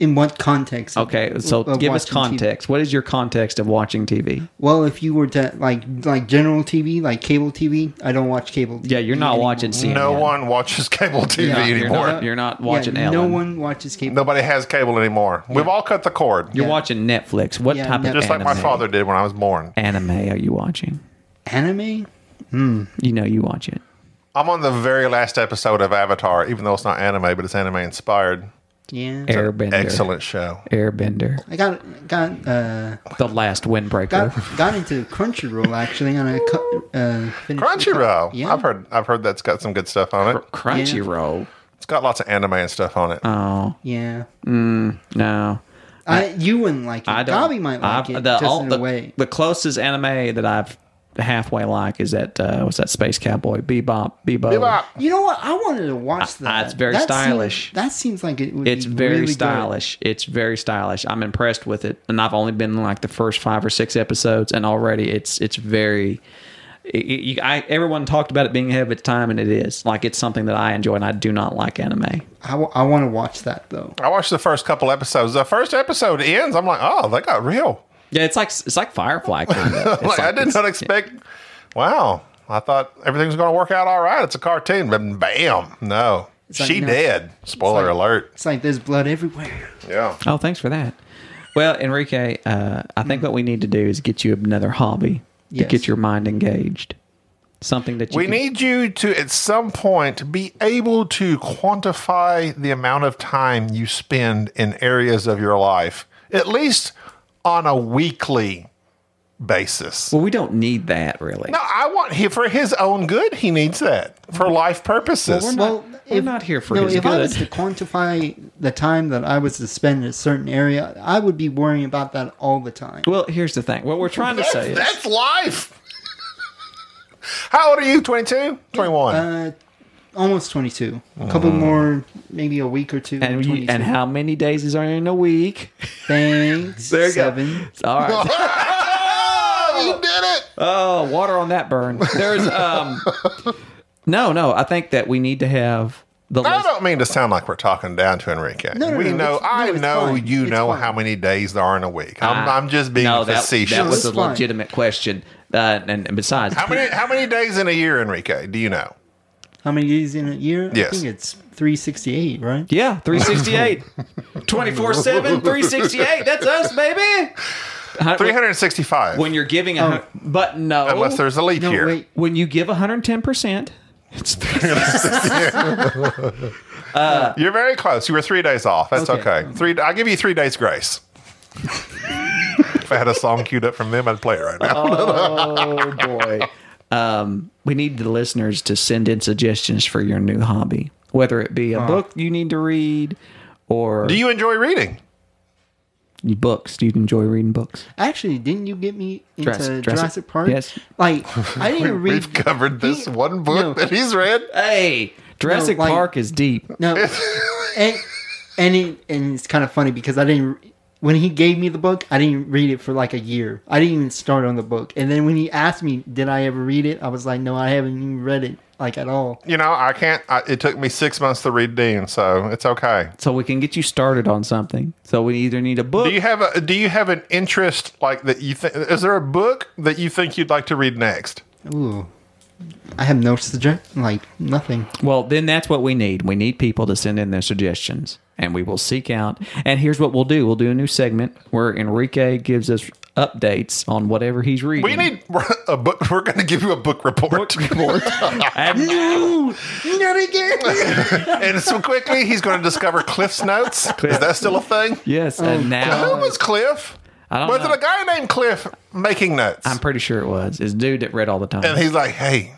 Speaker 3: in what context? of-
Speaker 2: Okay, so
Speaker 3: of
Speaker 2: give us
Speaker 3: watching TV.
Speaker 2: context. What is your context of watching TV?
Speaker 3: Well, if you were to like like general TV, like cable TV, I don't watch cable. TV
Speaker 2: Yeah, you're not
Speaker 3: anymore.
Speaker 2: watching CNN.
Speaker 4: No one watches cable TV
Speaker 3: Yeah,
Speaker 2: You're
Speaker 4: anymore.
Speaker 2: not, you're not
Speaker 3: Yeah,
Speaker 2: watching
Speaker 3: No
Speaker 2: Ellen.
Speaker 3: one watches cable.
Speaker 4: Nobody has cable anymore. We've all cut the cord.
Speaker 2: You're
Speaker 3: Yeah.
Speaker 2: watching Netflix. What
Speaker 3: Yeah,
Speaker 2: type of
Speaker 3: Netflix.
Speaker 4: Just like my
Speaker 2: anime-
Speaker 4: father did when I was born.
Speaker 2: Anime are you watching?
Speaker 3: Anime?
Speaker 2: You know you watch it.
Speaker 4: I'm on the very last episode of Avatar, even though it's not anime, but it's anime inspired.
Speaker 3: Yeah.
Speaker 2: Airbender.
Speaker 4: Excellent show.
Speaker 2: Airbender.
Speaker 3: I got got uh
Speaker 2: The last windbreaker.
Speaker 3: got got into Crunchyroll actually, and I cu- uh, finished
Speaker 4: Crunchyroll.
Speaker 3: Yeah.
Speaker 4: I've heard. I've heard that's got some good stuff on it.
Speaker 2: Crunchyroll.
Speaker 4: It's got lots of anime and stuff on it.
Speaker 2: Oh
Speaker 3: Yeah.
Speaker 2: no.
Speaker 3: I, you wouldn't like it.
Speaker 2: I don't.
Speaker 3: Dobby might like
Speaker 2: I've-
Speaker 3: it just
Speaker 2: all-
Speaker 3: in
Speaker 2: the,
Speaker 3: a way.
Speaker 2: the closest anime that I've halfway like is that uh, what's that Space Cowboy Bebop Bebop.
Speaker 4: Bebop.
Speaker 3: You know what? I wanted to watch
Speaker 2: I- I-
Speaker 3: that.
Speaker 2: it's Ah, very
Speaker 3: That seems-
Speaker 2: stylish.
Speaker 3: that seems like it would.
Speaker 2: It's
Speaker 3: be
Speaker 2: very
Speaker 3: really good.
Speaker 2: stylish. It's very stylish. I'm impressed with it, and I've only been in like the first five or six episodes, and already it's it's very. It, it- you- I, everyone talked about it being ahead of its time, and it is. Like it's something that I enjoy, and I do not like anime.
Speaker 3: I, w- I want to watch that though.
Speaker 4: I watched the first couple episodes. The first episode ends. I'm like, oh, they got real.
Speaker 2: Yeah, it's like it's like Firefly. Kind of. It's
Speaker 4: Like, I did
Speaker 2: it's-
Speaker 4: not expect. Wow. I thought everything was going to work out all right. It's a cartoon, but bam, no,
Speaker 3: like,
Speaker 4: she
Speaker 3: no.
Speaker 4: dead. Spoiler
Speaker 3: like-
Speaker 4: alert.
Speaker 3: It's like there's blood everywhere.
Speaker 4: Yeah.
Speaker 2: Oh, thanks for that. Well, Enrique, uh, I think what we need to do is get you another hobby to
Speaker 3: Yes.
Speaker 2: get your mind engaged. Something that you
Speaker 4: We
Speaker 2: can-
Speaker 4: need you to, at some point, be able to quantify the amount of time you spend in areas of your life, at least on a weekly basis.
Speaker 2: Well, we don't need that really.
Speaker 4: No, I want him for his own good. He needs that for life purposes.
Speaker 2: we're not- we're not here for
Speaker 3: no,
Speaker 2: his
Speaker 3: if I was
Speaker 2: good.
Speaker 3: to quantify the time that I was to spend in a certain area, I would be worrying about that all the time.
Speaker 2: Well, here's the thing. What we're trying to say is
Speaker 4: That's life. How old are you? 22? 21.
Speaker 3: Uh, almost 22. A couple more, maybe a week or two.
Speaker 2: and you,
Speaker 3: 22.
Speaker 2: and how many days is there in a week?
Speaker 3: Thanks.
Speaker 2: There you go.
Speaker 3: seven.
Speaker 2: All right.
Speaker 4: oh, you did it.
Speaker 2: Oh, water on that burn. There's um No, no, I think that we need to have the
Speaker 4: I
Speaker 2: list.
Speaker 4: don't mean to sound like we're talking down to Enrique.
Speaker 3: No, no,
Speaker 4: we
Speaker 3: no,
Speaker 4: know,
Speaker 3: it's- no,
Speaker 4: I
Speaker 3: it's
Speaker 4: know
Speaker 3: fine.
Speaker 4: you
Speaker 3: It's
Speaker 4: know
Speaker 3: fine.
Speaker 4: how many days there are in a week. I'm, I'm just being
Speaker 2: no, that,
Speaker 4: facetious.
Speaker 2: that was a
Speaker 3: It's fine.
Speaker 2: legitimate question. Uh, and, and besides,
Speaker 4: how many how many days in a year, Enrique? Do you know?
Speaker 3: How many days in a year?
Speaker 4: Yes.
Speaker 3: I think it's 368, right?
Speaker 2: Yeah, 368. 24 7, 368. That's us, baby.
Speaker 4: Three hundred sixty five.
Speaker 2: When you're giving a. hun- But no.
Speaker 4: Unless there's a leap
Speaker 3: No,
Speaker 4: year.
Speaker 3: wait.
Speaker 2: When you give 110%, it's
Speaker 4: You're very close. You were three days off. That's okay.
Speaker 3: Okay.
Speaker 4: Three. I give you three days grace. if I had a song queued up from them, I'd play it right now.
Speaker 2: Oh, boy. Um, we need the listeners to send in suggestions for your new hobby, whether it be a book you need to read or
Speaker 4: Do you enjoy reading?
Speaker 2: books. Do you enjoy reading books?
Speaker 3: Actually, didn't you get me into
Speaker 2: Jurassic-
Speaker 3: Jurassic,
Speaker 2: Jurassic-
Speaker 3: Park?
Speaker 2: yes.
Speaker 3: Like, I didn't read.
Speaker 4: We've covered this
Speaker 3: he-
Speaker 4: one book
Speaker 3: no.
Speaker 4: that he's read.
Speaker 2: Hey, Jurassic
Speaker 3: like-
Speaker 2: Park is deep.
Speaker 3: No, and and, it, and it's kind of funny because I didn't. When he gave me the book, I didn't read it for like a year. I didn't even start on the book. And then when he asked me, "Did I ever read it?" I was like, "No, I haven't even read it like at all."
Speaker 4: You know, I can't. I, it took me six months to read Dean, so it's okay.
Speaker 2: So we can get you started on something. So we either need a book.
Speaker 4: Do you have a Do you have an interest like that? You think is there a book that you think you'd like to read next?
Speaker 3: Ooh, I have no suggest like nothing.
Speaker 2: Well, then that's what we need. We need people to send in their suggestions and we will seek out. And here's what we'll do we'll do a new segment where Enrique gives us updates on whatever he's reading.
Speaker 4: We need a book. We're going to give you a book report.
Speaker 2: And
Speaker 3: Not again.
Speaker 4: and so quickly, he's going to discover Cliff's notes. Is that still a thing?
Speaker 2: yes, and
Speaker 4: Who
Speaker 2: now
Speaker 4: was Cliff?
Speaker 2: Uh, I don't
Speaker 4: was
Speaker 2: know.
Speaker 4: it a guy named Cliff making notes?
Speaker 2: I'm pretty sure it was. It's dude that read all the time.
Speaker 4: and he's like, "Hey,"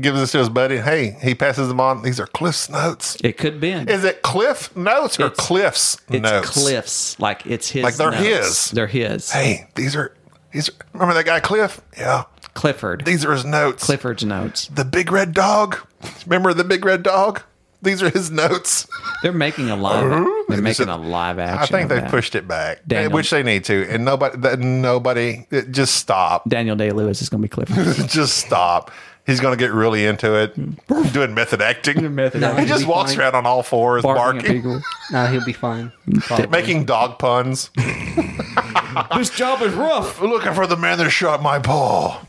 Speaker 4: gives this to his buddy. Hey, he passes them on. These are Cliff's notes.
Speaker 2: it could be. It's
Speaker 4: Is it Cliff notes or
Speaker 2: It's-
Speaker 4: Cliff's notes?
Speaker 2: Cliff's. Like it's his.
Speaker 4: Like, they're
Speaker 2: notes.
Speaker 4: his.
Speaker 2: They're his.
Speaker 4: Hey, these are these. Are, remember that guy Cliff? Yeah,
Speaker 2: Clifford.
Speaker 4: these are his notes.
Speaker 2: Clifford's notes.
Speaker 4: the big red dog. Remember the big red dog? These are his notes.
Speaker 2: They're making a live. They're making a live action.
Speaker 4: I
Speaker 2: of
Speaker 4: think they
Speaker 2: that.
Speaker 4: pushed it back,
Speaker 2: Daniel.
Speaker 4: which they need to. And nobody, that nobody, it- just stop,
Speaker 2: Daniel Day Lewis is going to be Clifford.
Speaker 4: just stop. He's going to get really into it, doing method acting.
Speaker 2: Mm. Method
Speaker 3: No,
Speaker 4: He
Speaker 2: acting,
Speaker 3: he'll
Speaker 4: just
Speaker 3: be
Speaker 4: walks
Speaker 3: fine.
Speaker 4: around on all fours,
Speaker 2: barking at
Speaker 4: barking,
Speaker 2: people.
Speaker 3: Nah, he'll be fine. Probably.
Speaker 4: making dog puns,
Speaker 2: this job is rough.
Speaker 4: looking for the man that shot my paw.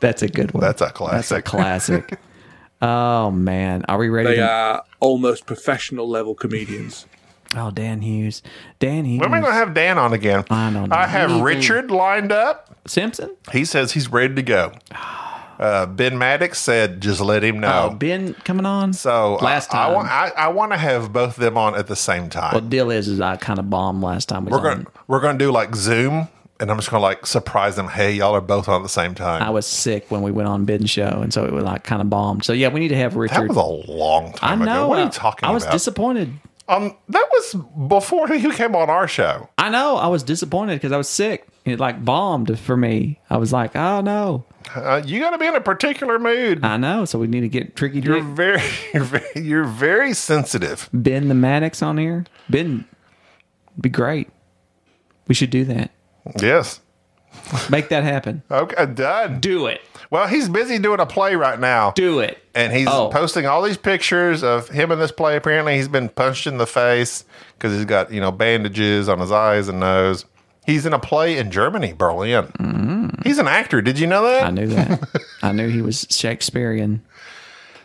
Speaker 2: That's a good one.
Speaker 4: That's a
Speaker 2: That's a
Speaker 4: classic.
Speaker 2: classic. oh man, are we ready?
Speaker 5: They
Speaker 2: to-
Speaker 5: are almost professional level comedians.
Speaker 2: Oh, Dan Hughes, Dan Hughes,
Speaker 4: When are we going to have Dan on again?
Speaker 2: I don't know.
Speaker 4: I have Richard lined up.
Speaker 2: Simpson.
Speaker 4: He says he's ready to go. Uh, ben Maddox said, just let him know.
Speaker 2: Oh, Ben coming on.
Speaker 4: so uh,
Speaker 2: last
Speaker 4: I,
Speaker 2: time,
Speaker 4: I, want, I, I want to have both of them on at the same time.
Speaker 2: well, deal is, is I kind of bombed last time. We
Speaker 4: we're
Speaker 2: was
Speaker 4: going
Speaker 2: on.
Speaker 4: to we're going to do like Zoom, and I'm just going to like surprise them. Hey, y'all are both on at the same time.
Speaker 2: I was sick when we went on Ben's show, and so it was like kind of bombed. So yeah, we need to have
Speaker 4: that
Speaker 2: Richard.
Speaker 4: was a long
Speaker 2: I
Speaker 4: time
Speaker 2: know.
Speaker 4: ago. What are
Speaker 2: I-
Speaker 4: you talking
Speaker 2: I was
Speaker 4: about?
Speaker 2: disappointed.
Speaker 4: um, that was before he came on our show.
Speaker 2: I know. I was disappointed because I was sick. It like bombed for me. I was like, oh no,
Speaker 4: Uh, you got to be in a particular mood.
Speaker 2: I know. So we need to get tricky.
Speaker 4: You're
Speaker 2: Dick.
Speaker 4: very, you're very, you're very sensitive.
Speaker 2: Ben the Maddox on here. Ben, be great. We should do that.
Speaker 4: Yes.
Speaker 2: Make that happen.
Speaker 4: Okay. Done.
Speaker 2: Do it.
Speaker 4: Well, he's busy doing a play right now.
Speaker 2: Do it.
Speaker 4: and he's
Speaker 2: Oh.
Speaker 4: posting all these pictures of him in this play. Apparently, he's been punched in the face because he's got you know bandages on his eyes and nose. He's in a play in Germany, Berlin. He's an actor. Did you know that?
Speaker 2: Mm. I knew that. I knew he was Shakespearean.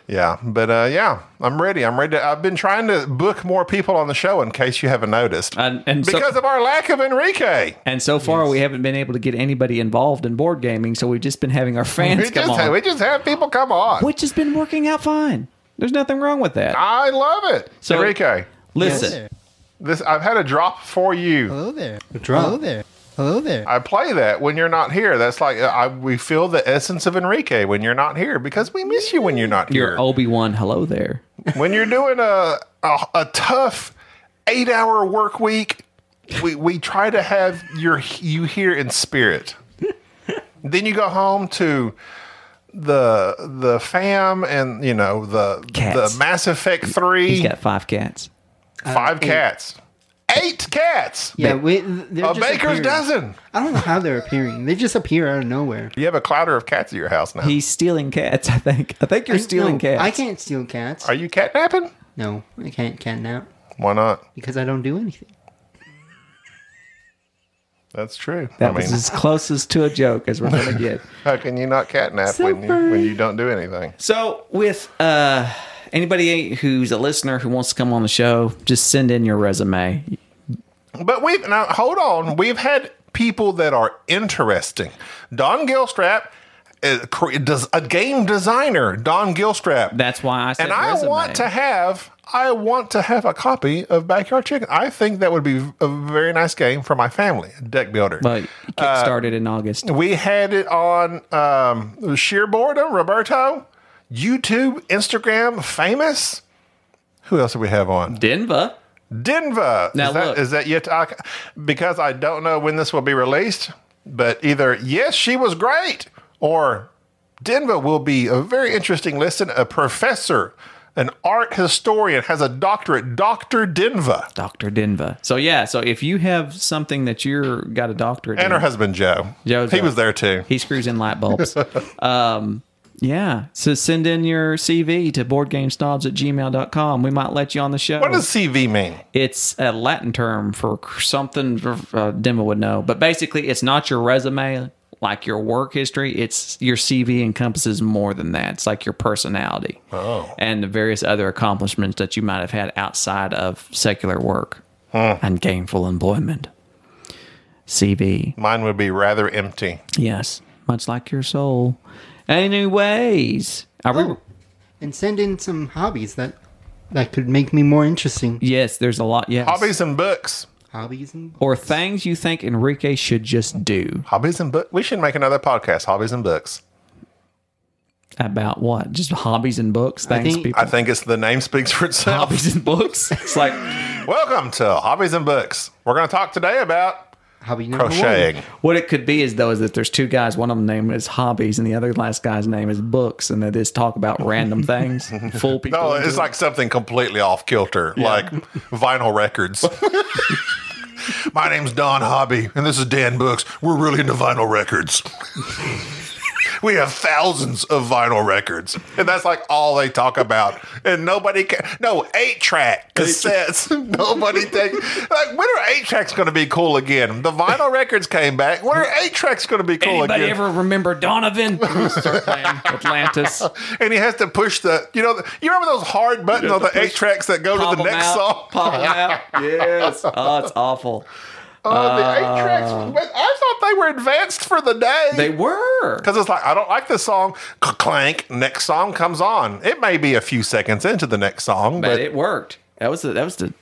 Speaker 4: yeah, but uh, yeah, I'm ready. I'm ready. To, I've been trying to book more people on the show in case you haven't noticed,
Speaker 2: And, and so,
Speaker 4: because of our lack of Enrique.
Speaker 2: and so far, we haven't been able to get anybody involved in board gaming. So we've just been having our fans
Speaker 4: We
Speaker 2: come
Speaker 4: just,
Speaker 2: on,
Speaker 4: we just have people come on.
Speaker 2: which has been working out fine. There's nothing wrong with that.
Speaker 4: I love it,
Speaker 2: So-
Speaker 4: Enrique.
Speaker 2: Listen,
Speaker 4: This I've had a drop for you.
Speaker 6: Hello there.
Speaker 3: drop.
Speaker 6: Hello there. Hello there.
Speaker 4: I play that when you're not here. That's like uh, I, we feel the essence of Enrique when you're not here because we miss you when you're not here.
Speaker 2: your Obi Wan, hello there.
Speaker 4: When you're doing a a, a tough eight hour work week, we, we try to have your you here in spirit. then you go home to the the fam and you know the
Speaker 2: Cats.
Speaker 4: the Mass Effect three
Speaker 2: He's got five cats.
Speaker 4: five
Speaker 3: eight.
Speaker 4: cats eight cats
Speaker 3: Yeah, wait. they're
Speaker 4: a
Speaker 3: just
Speaker 4: baker's
Speaker 3: appearing.
Speaker 4: dozen.
Speaker 3: I don't know how they're appearing. They just appear out of nowhere.
Speaker 4: You have a clouder of cats at your house now.
Speaker 2: He's stealing cats. I think. I think you're stealing
Speaker 3: No,
Speaker 2: cats.
Speaker 3: I can't steal cats.
Speaker 4: Are you catnapping?
Speaker 3: No, I can't catnap
Speaker 4: Why not?
Speaker 3: because I don't do anything.
Speaker 4: That's true.
Speaker 2: That
Speaker 4: I
Speaker 2: was
Speaker 4: mean,
Speaker 2: as closest to a joke as we're gonna get.
Speaker 4: how can you not catnap when you, when you don't do anything?
Speaker 2: So, with uh, anybody who's a listener who wants to come on the show, just send in your resume.
Speaker 4: But we've now hold on. We've had people that are interesting. Don Gilstrap is, cre- does a game designer. Don Gilstrap.
Speaker 2: That's why I said
Speaker 4: and I
Speaker 2: resume.
Speaker 4: want to have. I want to have a copy of Backyard Chicken. I think that would be a very nice game for my family. Deck builder.
Speaker 2: But
Speaker 4: Uh,
Speaker 2: kickstarted in August.
Speaker 4: We had it on um, sheer boredom, Roberto, YouTube, Instagram, famous. Who else do we have on?
Speaker 2: Denver.
Speaker 4: Denver.
Speaker 2: Now
Speaker 4: is, that,
Speaker 2: look.
Speaker 4: is that yet? To, I, because I don't know when this will be released, but either yes, she was great, or Denver will be a very interesting listen. A professor, an art historian, has a doctorate, Doctor Denver,
Speaker 2: Dr. Denver. So, yeah. So, if you have something that you're got a doctorate
Speaker 4: and her
Speaker 2: in,
Speaker 4: husband Joe.
Speaker 2: Joe's
Speaker 4: he
Speaker 2: up.
Speaker 4: was there too.
Speaker 2: he screws in light bulbs. um, yeah. So, send in your CV to boardgamesnobs at gmail.com. We might let you on the show.
Speaker 4: What does CV mean?
Speaker 2: it's a Latin term for something uh, Demo would know, but basically, it's not your resume like your work history. It's your CV encompasses more than that. It's like your personality and the various other accomplishments that you might have had outside of secular work and gainful employment. CV,
Speaker 4: Mine would be rather empty.
Speaker 2: yes, much like your soul. Anyways, are we?
Speaker 3: Oh, and send in some hobbies that that could make me more interesting.
Speaker 2: Yes, there's a lot. Yes,
Speaker 4: Hobbies and books.
Speaker 3: Hobbies and
Speaker 2: or things you think Enrique should just do.
Speaker 4: Hobbies and books. We should make another podcast. Hobbies and books.
Speaker 2: About what? Just hobbies and books. Thanks,
Speaker 3: think-
Speaker 4: I
Speaker 2: people.
Speaker 4: think it's the name speaks for itself.
Speaker 2: hobbies and books. It's like
Speaker 4: Welcome to Hobbies and Books. We're going to talk today about
Speaker 3: hobby number one.
Speaker 4: crocheting.
Speaker 2: what it could be is though is that there's two guys. One of them name is hobbies, and the other last guy's name is books, and they just talk about random things, fool people.
Speaker 4: No,
Speaker 2: into
Speaker 4: it's
Speaker 2: it.
Speaker 4: like something completely off kilter, like vinyl records. My name's Don Hobby, and this is Dan Books. We're really into vinyl records. We have thousands of vinyl records, and that's like all they talk about. And nobody can. No eight track cassettes. nobody take. Like when are eight tracks going to be cool again? The vinyl records came back. When are eight tracks going to be cool
Speaker 2: Anybody
Speaker 4: again?
Speaker 2: ever remember Donovan? Start playing Atlantis.
Speaker 4: and he has to push the. You know. You remember those hard buttons on the eight tracks that go
Speaker 2: Pop
Speaker 4: to the
Speaker 2: 'em
Speaker 4: next
Speaker 2: out,
Speaker 4: song.
Speaker 2: Pop 'em out. Yes. Oh, it's awful.
Speaker 4: Oh, the eight tracks. But I thought they were advanced for the day.
Speaker 2: They were.
Speaker 4: Because it's like, I don't like this song. Clank, next song comes on. It may be a few seconds into the next song,
Speaker 2: But
Speaker 4: but,
Speaker 2: it worked. That was the, that was the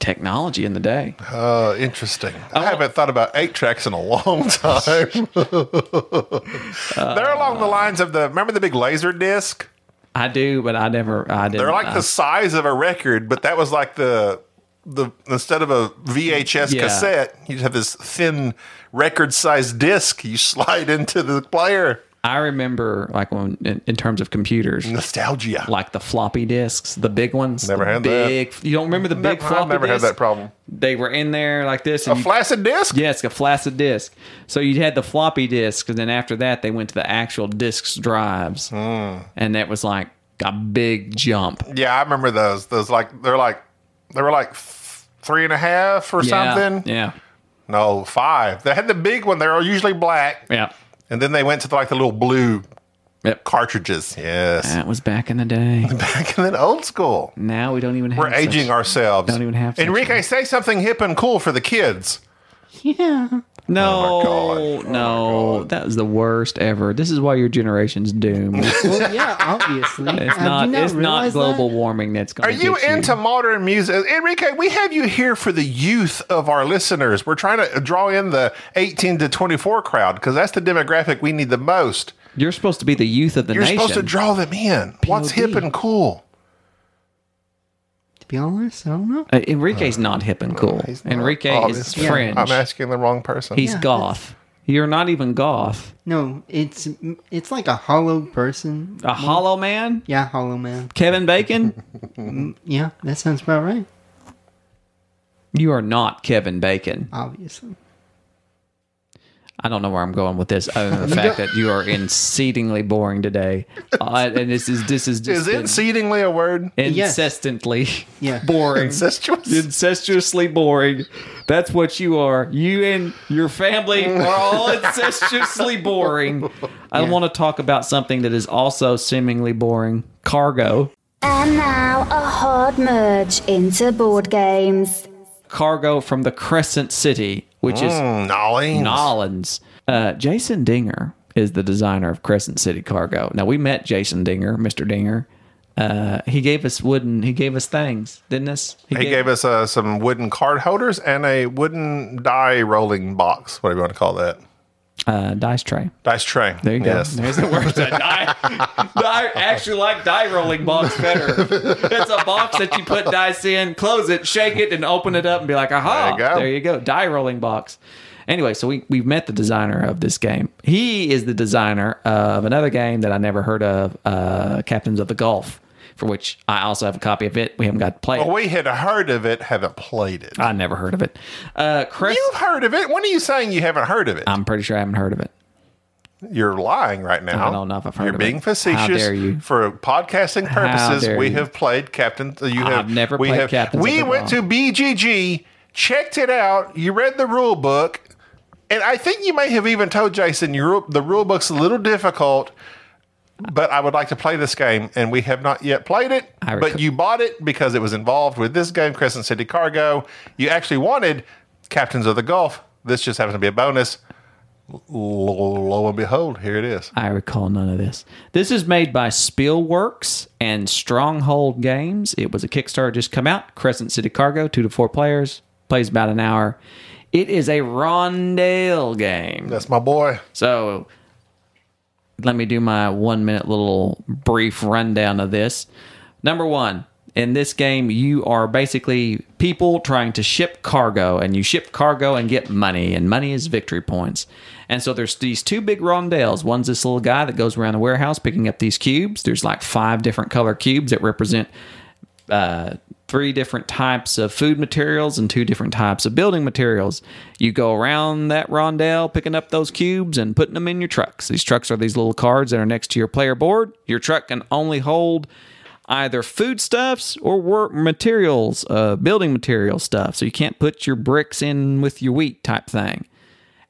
Speaker 2: technology in the day.
Speaker 4: uh, interesting. I haven't thought about eight tracks in a long time. They're along
Speaker 2: Uh,
Speaker 4: the lines of the, remember the big laser disc?
Speaker 2: I do, but I never. I didn't.
Speaker 4: They're like
Speaker 2: I-
Speaker 4: the size of a record, but that was like the, the instead of a VHS
Speaker 2: Yeah.
Speaker 4: cassette, you'd have this thin record sized disc you slide into the player.
Speaker 2: I remember like when in, in terms of computers,
Speaker 4: Nostalgia.
Speaker 2: like the floppy discs, the big ones.
Speaker 4: Never
Speaker 2: the
Speaker 4: had that.
Speaker 2: big, that. You don't remember the big
Speaker 4: Never-
Speaker 2: floppy?
Speaker 4: I've never had
Speaker 2: disc?
Speaker 4: that problem.
Speaker 2: They were in there like this.
Speaker 4: A
Speaker 2: And you,
Speaker 4: flaccid disc?
Speaker 2: yes, a flaccid disc. So you had the floppy disc, and then after that, they went to the actual discs drives,
Speaker 4: Hmm.
Speaker 2: and that was like a big jump.
Speaker 4: Yeah, I remember those. Those like they're like they were like f- three and a half or something.
Speaker 2: Yeah.
Speaker 4: No, five. They had the big one. They were usually black,
Speaker 2: Yeah.
Speaker 4: and then they went to like the little blue
Speaker 2: Yep.
Speaker 4: cartridges. Yes,
Speaker 2: That was back in the day.
Speaker 4: back in the old school.
Speaker 2: Now we don't even. have
Speaker 4: We're aging
Speaker 2: such-
Speaker 4: ourselves.
Speaker 2: Don't even have such-
Speaker 4: Enrique. Say something hip and cool for the kids.
Speaker 2: No,
Speaker 4: Oh
Speaker 2: no, that was the worst ever. This is why your generation's doomed. It's
Speaker 3: Well, yeah, obviously. Have you
Speaker 2: not. it's not
Speaker 3: realized
Speaker 2: global
Speaker 3: that?
Speaker 2: warming that's going.
Speaker 4: Are you into modern music, Enrique? We have you here for the youth of our listeners. We're trying to draw in the eighteen to twenty-four crowd because that's the demographic we need the most.
Speaker 2: You're supposed to be the youth of the
Speaker 4: You're
Speaker 2: nation.
Speaker 4: supposed to draw them in. What's
Speaker 3: POD.
Speaker 4: hip and cool?
Speaker 3: To be honest, I don't know.
Speaker 2: Uh, Enrique's not hip and cool. Enrique is
Speaker 4: Obviously.
Speaker 2: fringe.
Speaker 4: Oh, I'm asking the wrong person.
Speaker 2: He's
Speaker 3: Yeah.
Speaker 2: goth. You're not even goth.
Speaker 3: No, it's it's like a hollow person.
Speaker 2: A hollow man.
Speaker 3: Yeah, hollow man.
Speaker 2: Kevin Bacon.
Speaker 3: Yeah, that sounds about right.
Speaker 2: You are not Kevin Bacon.
Speaker 3: Obviously.
Speaker 2: I don't know where I'm going with this, other than the fact that you are exceedingly boring today, uh, and this is this is
Speaker 4: is
Speaker 2: just been
Speaker 4: exceedingly a word?
Speaker 3: Yes.
Speaker 2: incessantly
Speaker 3: Yeah.
Speaker 2: boring.
Speaker 4: Incestuous?
Speaker 2: incestuously boring. That's what you are. You and your family are all incestuously boring. I want to talk about something that is also seemingly boring cargo.
Speaker 7: And now a hard merge into board games.
Speaker 2: Cargo from the Crescent City, which is
Speaker 4: Mm, Nolly.
Speaker 2: Nolans. Uh, Jason Dinger is the designer of Crescent City Cargo. Now, we met Jason Dinger, Mr. Dinger. Uh, he gave us wooden, he gave us things, didn't this?
Speaker 4: He gave us uh, some wooden card holders and a wooden die rolling box, whatever you want to call that.
Speaker 2: uh, dice tray.
Speaker 4: Dice tray.
Speaker 2: There you
Speaker 4: yes.
Speaker 2: go. There's the word. I, die- I actually like die rolling box better. It's a box that you put dice in, close it, shake it, and open it up and be like, aha,
Speaker 4: There you go.
Speaker 2: there you go. Die rolling box. Anyway, so we, we've met the designer of this game. He is the designer of another game that I never heard of, uh, Captains of the Gulf, for which I also have a copy of it. We haven't got to play it.
Speaker 4: Well, we had heard of it, haven't played it.
Speaker 2: I never heard of it. Uh, Chris,
Speaker 4: You've heard of it. When are you saying you haven't heard of it?
Speaker 2: I'm pretty sure I haven't heard of it.
Speaker 4: You're lying right now.
Speaker 2: I don't know if I've heard
Speaker 4: You're
Speaker 2: of
Speaker 4: being
Speaker 2: it. How
Speaker 4: facetious.
Speaker 2: dare you.
Speaker 4: For podcasting purposes,
Speaker 2: dare
Speaker 4: we
Speaker 2: you.
Speaker 4: have played Captain. uh, You have
Speaker 2: never
Speaker 4: we
Speaker 2: played
Speaker 4: have,
Speaker 2: Captains
Speaker 4: We
Speaker 2: of the
Speaker 4: went to
Speaker 2: Gulf.
Speaker 4: BGG, checked it out. You read the rule book, and I think you may have even told Jason your rule- the rule book's a little difficult. But I would like to play this game, and we have not yet played it.
Speaker 2: I recall-
Speaker 4: but you bought it because it was involved with this game, Crescent City Cargo. You actually wanted Captains of the Gulf. This just happens to be a bonus. Lo, lo and behold, here it is.
Speaker 2: I recall none of this. This is made by Spielworks and Stronghold Games. It was a Kickstarter just come out. Crescent City Cargo, two to four players, plays about an hour. It is a rondelle game.
Speaker 4: That's my boy.
Speaker 2: So let me do my one minute little brief rundown of this. Number one, in this game, you are basically people trying to ship cargo, and you ship cargo and get money, and money is victory points. And so there's these two big rondelles. One's this little guy that goes around the warehouse picking up these cubes. There's like five different color cubes that represent three different types of food materials and two different types of building materials. You go around that rondelle picking up those cubes and putting them in your trucks. These trucks are these little cards that are next to your player board. Your truck can only hold either foodstuffs or work materials, uh, building material stuff. So you can't put your bricks in with your wheat type thing.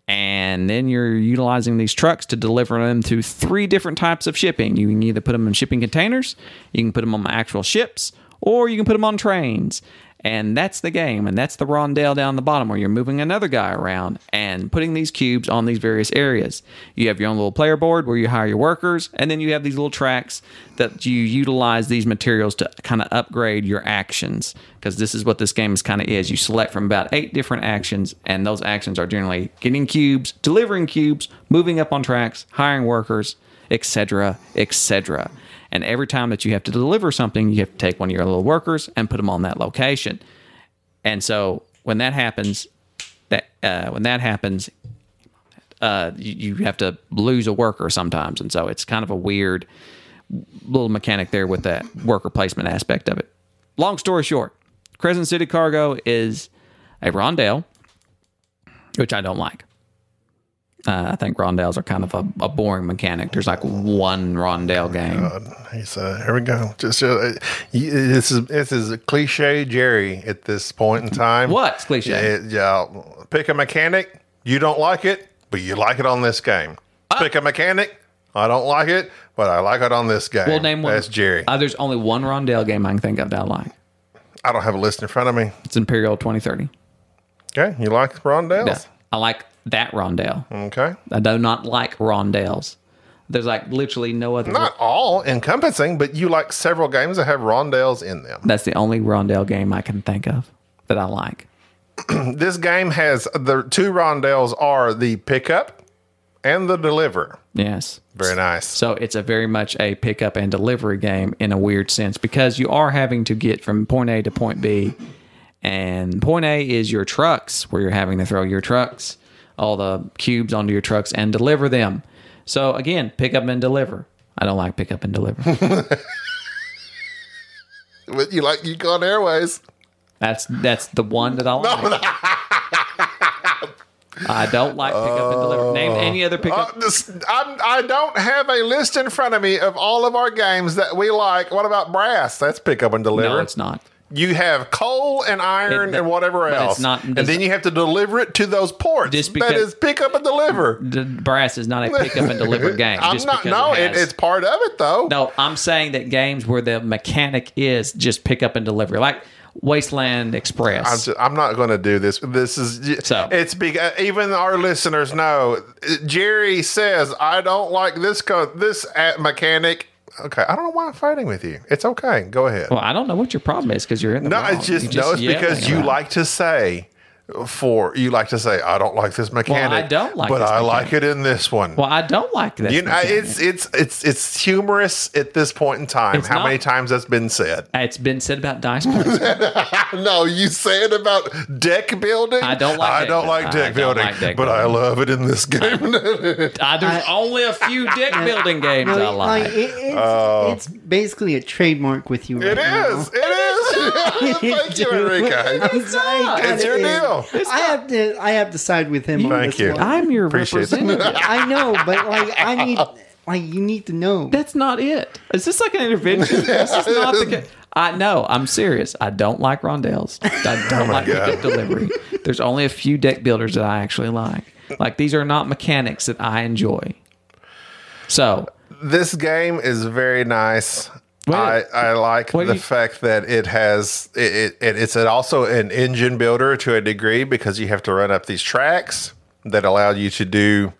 Speaker 2: And then you're utilizing these trucks to deliver them to three different types of shipping. You can either put them in shipping containers, you can put them on actual ships, or you can put them on trains. And that's the game. And that's the rondelle down the bottom where you're moving another guy around and putting these cubes on these various areas. You have your own little player board where you hire your workers, and then you have these little tracks that you utilize these materials to kind of upgrade your actions. Because this is what this game is kind of is. You select from about eight different actions, and those actions are generally getting cubes, delivering cubes, moving up on tracks, hiring workers, etc., etc. And every time that you have to deliver something, you have to take one of your little workers and put them on that location. And so when that happens, that uh, when that happens, uh, you, you have to lose a worker sometimes, and so it's kind of a weird little mechanic there with that worker placement aspect of it. Long story short, Crescent City Cargo is a rondelle, which I don't like. Uh, I think rondelles are kind of a, a boring mechanic. There's like one rondelle game.
Speaker 4: He said, "Here we go. Just uh, you- this is this is a cliche, Jerry. At this point in time,
Speaker 2: What's cliche?
Speaker 4: Yeah, yeah, pick a mechanic. You don't like it, but you like it on this game.
Speaker 2: Ah.
Speaker 4: pick a mechanic. I don't like it, but I like it on this game.
Speaker 2: We'll name one.
Speaker 4: That's Jerry. I,
Speaker 2: Uh, there's only one rondelle game I can think of that I like.
Speaker 4: don't have a list in front of me.
Speaker 2: It's Imperial 2030.
Speaker 4: Okay, you like
Speaker 2: Yeah.
Speaker 4: rondelles?
Speaker 2: I like that rondelle.
Speaker 4: Okay,
Speaker 2: I do not like rondelles. There's like literally no other.
Speaker 4: not all encompassing, but you like several games that have rondelles in them.
Speaker 2: That's the only rondelle game I can think of that I like.
Speaker 4: This game has the two rondelles are the pickup and the deliver.
Speaker 2: Yes.
Speaker 4: Very nice.
Speaker 2: So it's a very much a pickup and delivery game in a weird sense because you are having to get from point A to point B. And point A is your trucks, where you're having to throw your trucks, all the cubes onto your trucks and deliver them. So again, pick up and deliver. I don't like pick up and deliver.
Speaker 4: But you like Yukon Airways.
Speaker 2: That's that's the one that I like. I don't like pick up and deliver. Name any other
Speaker 4: Uh,
Speaker 2: pickup.
Speaker 4: this, I'm, I don't have a list in front of me of all of our games that we like. What about brass? That's pick up and deliver.
Speaker 2: no, it's not.
Speaker 4: You have coal and iron
Speaker 2: It-
Speaker 4: and whatever
Speaker 2: but it's
Speaker 4: else.
Speaker 2: not-
Speaker 4: and then you have to deliver it to those ports.
Speaker 2: Just
Speaker 4: that
Speaker 2: because-
Speaker 4: is pick up and deliver.
Speaker 2: The brass is not a pick up and deliver game.
Speaker 4: I'm
Speaker 2: just
Speaker 4: not.
Speaker 2: because
Speaker 4: No,
Speaker 2: it
Speaker 4: it
Speaker 2: has-
Speaker 4: it's part of it though.
Speaker 2: No, I'm saying that games where the mechanic is just pick up and deliver, like Wasteland Express.
Speaker 4: I'm, just, I'm not going to do this. This is
Speaker 2: So-
Speaker 4: it's because even our listeners know. Jerry says I don't like this co- this at mechanic. Okay, I don't know why I'm fighting with you. It's okay. Go ahead.
Speaker 2: well, I don't know what your problem is because you're in the
Speaker 4: No,
Speaker 2: wrong.
Speaker 4: it's just,
Speaker 2: You're
Speaker 4: no, it's
Speaker 2: yelling
Speaker 4: because you
Speaker 2: about it.
Speaker 4: like to say for you like to say I don't like this mechanic.
Speaker 2: I don't like
Speaker 4: but
Speaker 2: this
Speaker 4: I like
Speaker 2: mechanic."
Speaker 4: it in this one.
Speaker 2: Well, I don't like that.
Speaker 4: you know, it's it's it's it's humorous at this point in time.
Speaker 2: It's
Speaker 4: how many
Speaker 2: not.
Speaker 4: times that's been said?
Speaker 2: it's been said about dice. Place.
Speaker 4: No, you say it about deck building.
Speaker 2: I don't like
Speaker 4: I
Speaker 2: deck
Speaker 4: don't
Speaker 2: building.
Speaker 4: like
Speaker 2: I don't
Speaker 4: deck building,
Speaker 2: like deck
Speaker 4: but I
Speaker 2: building.
Speaker 4: love it in this game.
Speaker 2: I, there's only a few deck building games I like.
Speaker 3: it- it's, it's basically a trademark with you.
Speaker 4: Oh. it is. It is. Thank you, Enrique.
Speaker 3: It's, like-
Speaker 4: It's your deal.
Speaker 3: I have to. I have to side with him. on
Speaker 4: Thank
Speaker 3: this
Speaker 4: you.
Speaker 3: One.
Speaker 2: I'm your
Speaker 4: Appreciate that.
Speaker 2: representative.
Speaker 3: I know, but like I need, like you need to know.
Speaker 2: That's not it. Is this like an intervention? this is not the. Ca- I know. I'm serious. I don't like rondelles. I don't like
Speaker 4: God.
Speaker 2: pickup delivery. There's only a few deck builders that I actually like. Like these are not mechanics that I enjoy. So
Speaker 4: this game is very nice.
Speaker 2: Well,
Speaker 4: I, I like
Speaker 2: what do
Speaker 4: the
Speaker 2: you-
Speaker 4: fact that it has it, it it's an- also an engine builder to a degree because you have to run up these tracks that allow you to do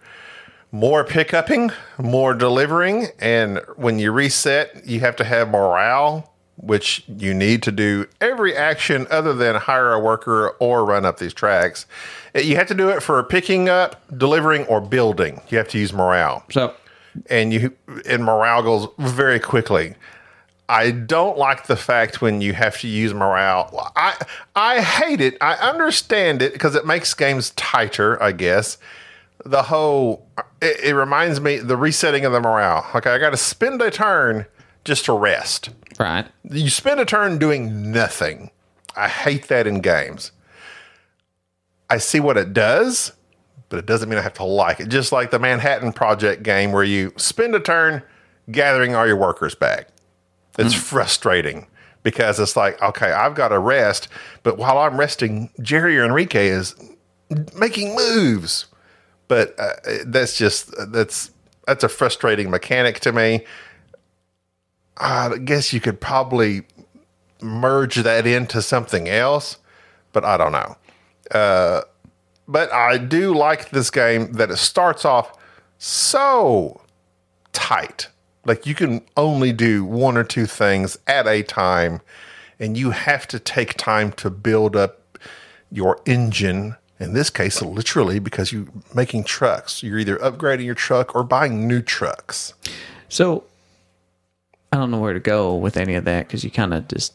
Speaker 4: more pickupping, more delivering, and when you reset, you have to have morale, which you need to do every action other than hire a worker or run up these tracks. You have to do it for picking up, delivering, or building. You have to use morale
Speaker 2: so
Speaker 4: and you and morale goes very quickly. I don't like the fact when you have to use morale. I I hate it. I understand it because it makes games tighter, I guess. The whole it, it reminds me the resetting of the morale. Okay, I got to spend a turn just to rest.
Speaker 2: Right.
Speaker 4: You spend a turn doing nothing. I hate that in games. I see what it does, but it doesn't mean I have to like it. Just like the Manhattan Project game where you spend a turn gathering all your workers back. It's frustrating because it's like, okay, I've got to rest, but while I'm resting, Jerry or Enrique is making moves. But uh, that's just that's that's a frustrating mechanic to me. I guess you could probably merge that into something else, but I don't know. Uh, but I do like this game that it starts off so tight. Like you can only do one or two things at a time, and you have to take time to build up your engine. In this case, literally, because you're making trucks. You're either upgrading your truck or buying new trucks.
Speaker 2: So I don't know where to go with any of that because you kind of just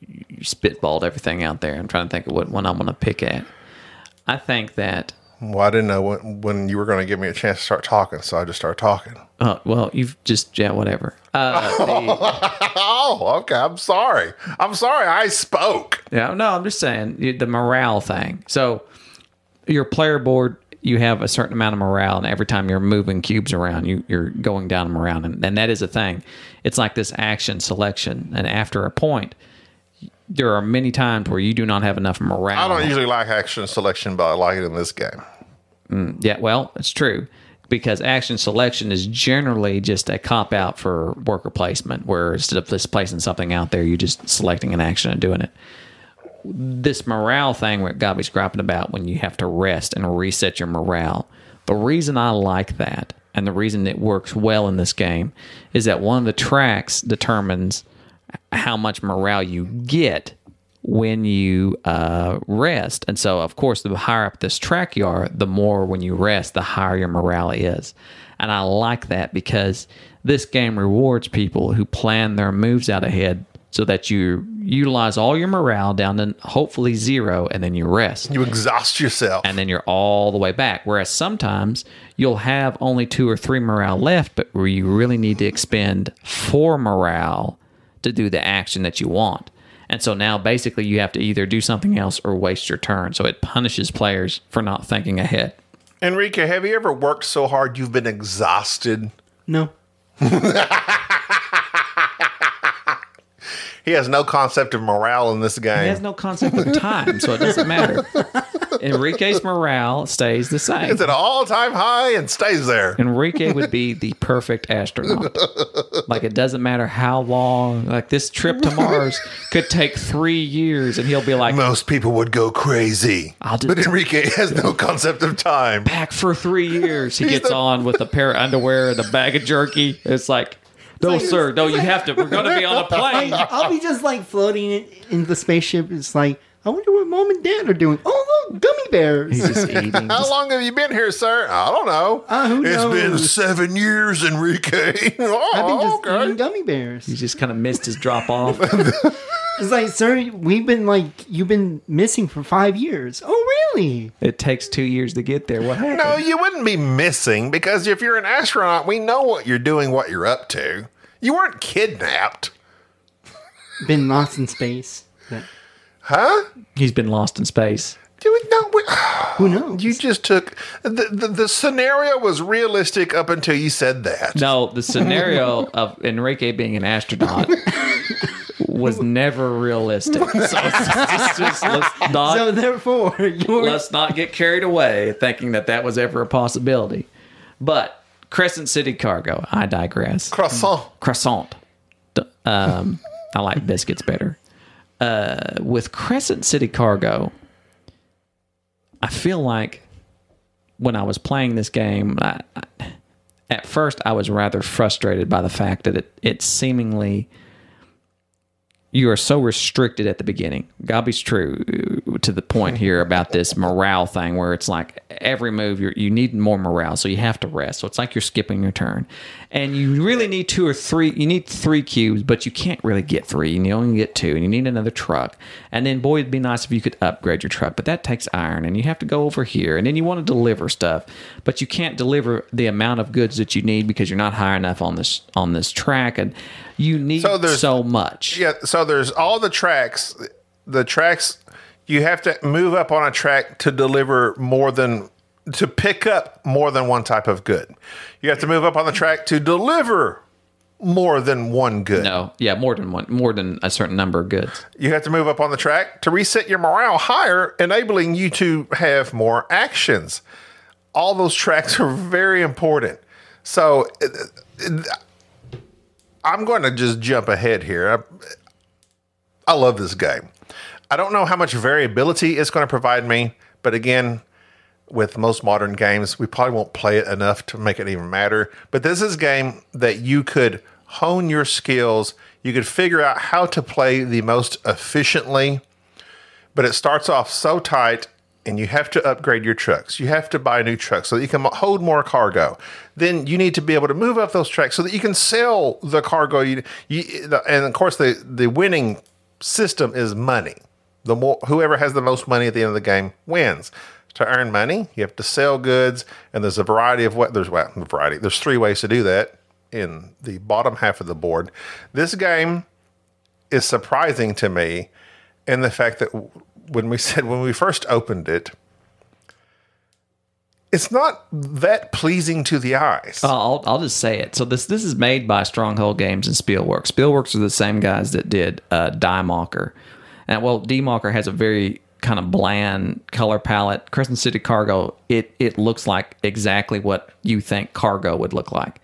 Speaker 2: you spitballed everything out there. I'm trying to think of what one I'm going to pick at. I think that
Speaker 4: Well, I didn't know when, when you were going to give me a chance to start talking, so I just started talking.
Speaker 2: uh, well, you've just yeah, whatever. Uh, the-
Speaker 4: Oh, okay. I'm sorry. I'm sorry. I spoke.
Speaker 2: yeah, no, I'm just saying you- the morale thing. So your player board, you have a certain amount of morale, and every time you're moving cubes around, you you're going down them around, and, and that is a thing. It's like this action selection, and after a point. There are many times where you do not have enough morale.
Speaker 4: I don't usually like action selection, but I like it in this game.
Speaker 2: Yeah, well, it's true because action selection is generally just a cop out for worker placement, where instead of just placing something out there, you're just selecting an action and doing it. This morale thing, what Gobby's griping about, when you have to rest and reset your morale. The reason I like that and the reason it works well in this game is that one of the tracks determines how much morale you get when you uh, rest. And so, of course, the higher up this track you are, the more when you rest, the higher your morale is. And I like that because this game rewards people who plan their moves out ahead so that you utilize all your morale down to hopefully zero and then you rest
Speaker 4: You exhaust yourself.
Speaker 2: and then you're all the way back. Whereas sometimes you'll have only two or three morale left, but where you really need to expend four morale to do the action that you want. And so now basically you have to either do something else or waste your turn. So it punishes players for not thinking ahead.
Speaker 4: Enrique, have you ever worked so hard you've been exhausted?
Speaker 3: No.
Speaker 4: He has no concept of morale in this
Speaker 2: It
Speaker 4: game.
Speaker 2: has no concept of time, so it doesn't matter. Enrique's morale stays the same.
Speaker 4: it's at an all time high and stays there.
Speaker 2: Enrique would be the perfect astronaut. Like it doesn't matter how long. Like this trip to Mars could take three years, and he'll be like
Speaker 4: Most people would go crazy.
Speaker 2: I'll just-
Speaker 4: but Enrique has no concept of time.
Speaker 2: back for three years. He gets on with a pair of underwear and a bag of jerky. It's like, no, sir, no, you have to. We're going to be on a plane.
Speaker 3: I'll be just like floating in, in the spaceship. It's like, I wonder what mom and dad are doing. Oh, look, gummy bears.
Speaker 2: He's just eating.
Speaker 4: How
Speaker 2: just-
Speaker 4: long have you been here, sir? I don't know.
Speaker 3: Uh, who
Speaker 4: It's been
Speaker 3: knows?
Speaker 4: seven years, Enrique. oh,
Speaker 3: I've been just
Speaker 4: okay.
Speaker 3: eating gummy bears.
Speaker 2: he just kind of missed his drop off.
Speaker 3: It's like, sir, we've been like, you've been missing for five years. Oh, really?
Speaker 2: It takes two years to get there. What happened?
Speaker 4: No, you wouldn't be missing because if you're an astronaut, we know what you're doing, what you're up to. You weren't kidnapped,
Speaker 3: Been lost in space. But
Speaker 4: huh?
Speaker 2: He's been lost in space.
Speaker 4: You would know. We,
Speaker 3: who knows?
Speaker 4: you just took the, the the scenario was realistic up until you said that.
Speaker 2: No, the scenario of Enrique being an astronaut was never realistic. So it's just- just- let's not
Speaker 3: so therefore, you're
Speaker 2: let's not get carried away thinking that that was ever a possibility. But Crescent City Cargo, I digress.
Speaker 4: Croissant.
Speaker 2: Croissant. D- Um, I like biscuits better. Uh, with Crescent City Cargo, I feel like when I was playing this game, I, I, at first I was rather frustrated by the fact that it, it seemingly you are so restricted at the beginning. Gobby's true to the point here about this morale thing where it's like every move you're, you need more morale, so you have to rest. So it's like you're skipping your turn, and you really need two or three. You need three cubes, but you can't really get three. You only get two, and you need another truck. And then boy, it'd be nice if you could upgrade your truck, but that takes iron, and you have to go over here, and then you want to deliver stuff, but you can't deliver the amount of goods that you need because you're not high enough on this on this track, and you need
Speaker 4: So
Speaker 2: so,
Speaker 4: there's-
Speaker 2: much.
Speaker 4: Yeah, so there's all the tracks. The tracks you have to move up on a track to deliver more than to pick up more than one type of good. You have to move up on the track to deliver more than one good.
Speaker 2: No, yeah, more than one, more than a certain number of goods.
Speaker 4: You have to move up on the track to reset your morale higher, enabling you to have more actions. All those tracks are very important. So uh, uh, I'm going to just jump ahead here. I, I love this game. I don't know how much variability it's going to provide me, but again, with most modern games, we probably won't play it enough to make it even matter. But this is a game that you could hone your skills, you could figure out how to play the most efficiently. But it starts off so tight, and you have to upgrade your trucks. You have to buy new trucks so that you can hold more cargo. Then you need to be able to move up those trucks so that you can sell the cargo. You, you, the- and of course, the, the winning system is money. The more whoever has the most money at the end of the game wins. To earn money, you have to sell goods, and there's a variety of what there's well, variety. There's three ways to do that in the bottom half of the board. This game is surprising to me in the fact that w- when we said when we first opened it, it's not that pleasing to the eyes.
Speaker 2: Uh, I'll, I'll just say it. So this this is made by Stronghold Games and Spielworks. Spielworks are the same guys that did uh, Die Mocker. And well, D Mocker has a very kind of bland color palette. Crescent City Cargo, it it looks like exactly what you think cargo would look like.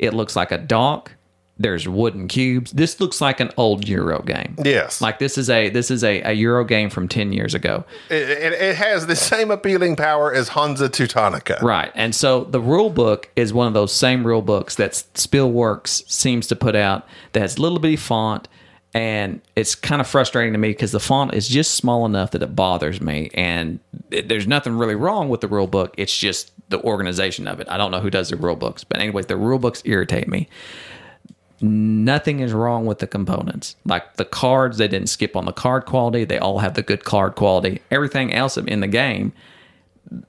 Speaker 2: It looks like a dock. There's wooden cubes. This looks like an old Euro game.
Speaker 4: Yes.
Speaker 2: Like this is a this is a, a Euro game from ten years ago.
Speaker 4: It, it, it has the same appealing power as Hansa Teutonica.
Speaker 2: Right. And so the rule book is one of those same rule books that Spielworks seems to put out that has little bitty font. And it's kind of frustrating to me because the font is just small enough that it bothers me. And th- there's nothing really wrong with the rule book. It's just the organization of it. I don't know who does the rule books. But, anyways, the rule books irritate me nothing is wrong with the components. Like the cards, they didn't skip on the card quality. They all have the good card quality. Everything else in the game,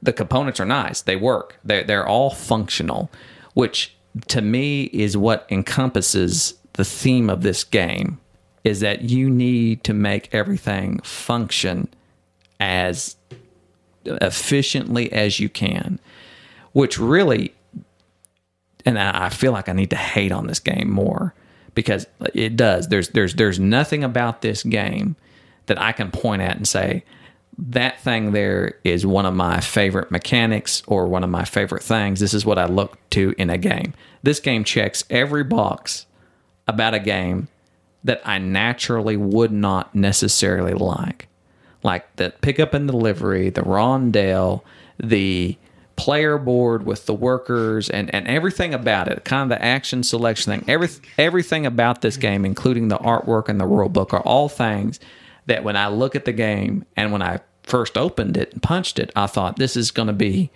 Speaker 2: the components are nice. They work. They're, they're all functional, which to me is what encompasses the theme of this game is that you need to make everything function as efficiently as you can, which really and I, I feel like I need to hate on this game more because it does. There's there's there's nothing about this game that I can point at and say that thing there is one of my favorite mechanics or one of my favorite things. This is what I look to in a game. This game checks every box about a game that I naturally would not necessarily like. Like the pickup and delivery, the rondelle, the player board with the workers and, and everything about it, kind of the action selection thing, every, everything about this game, including the artwork and the rule book, are all things that when I look at the game and when I first opened it and punched it, I thought this is going to be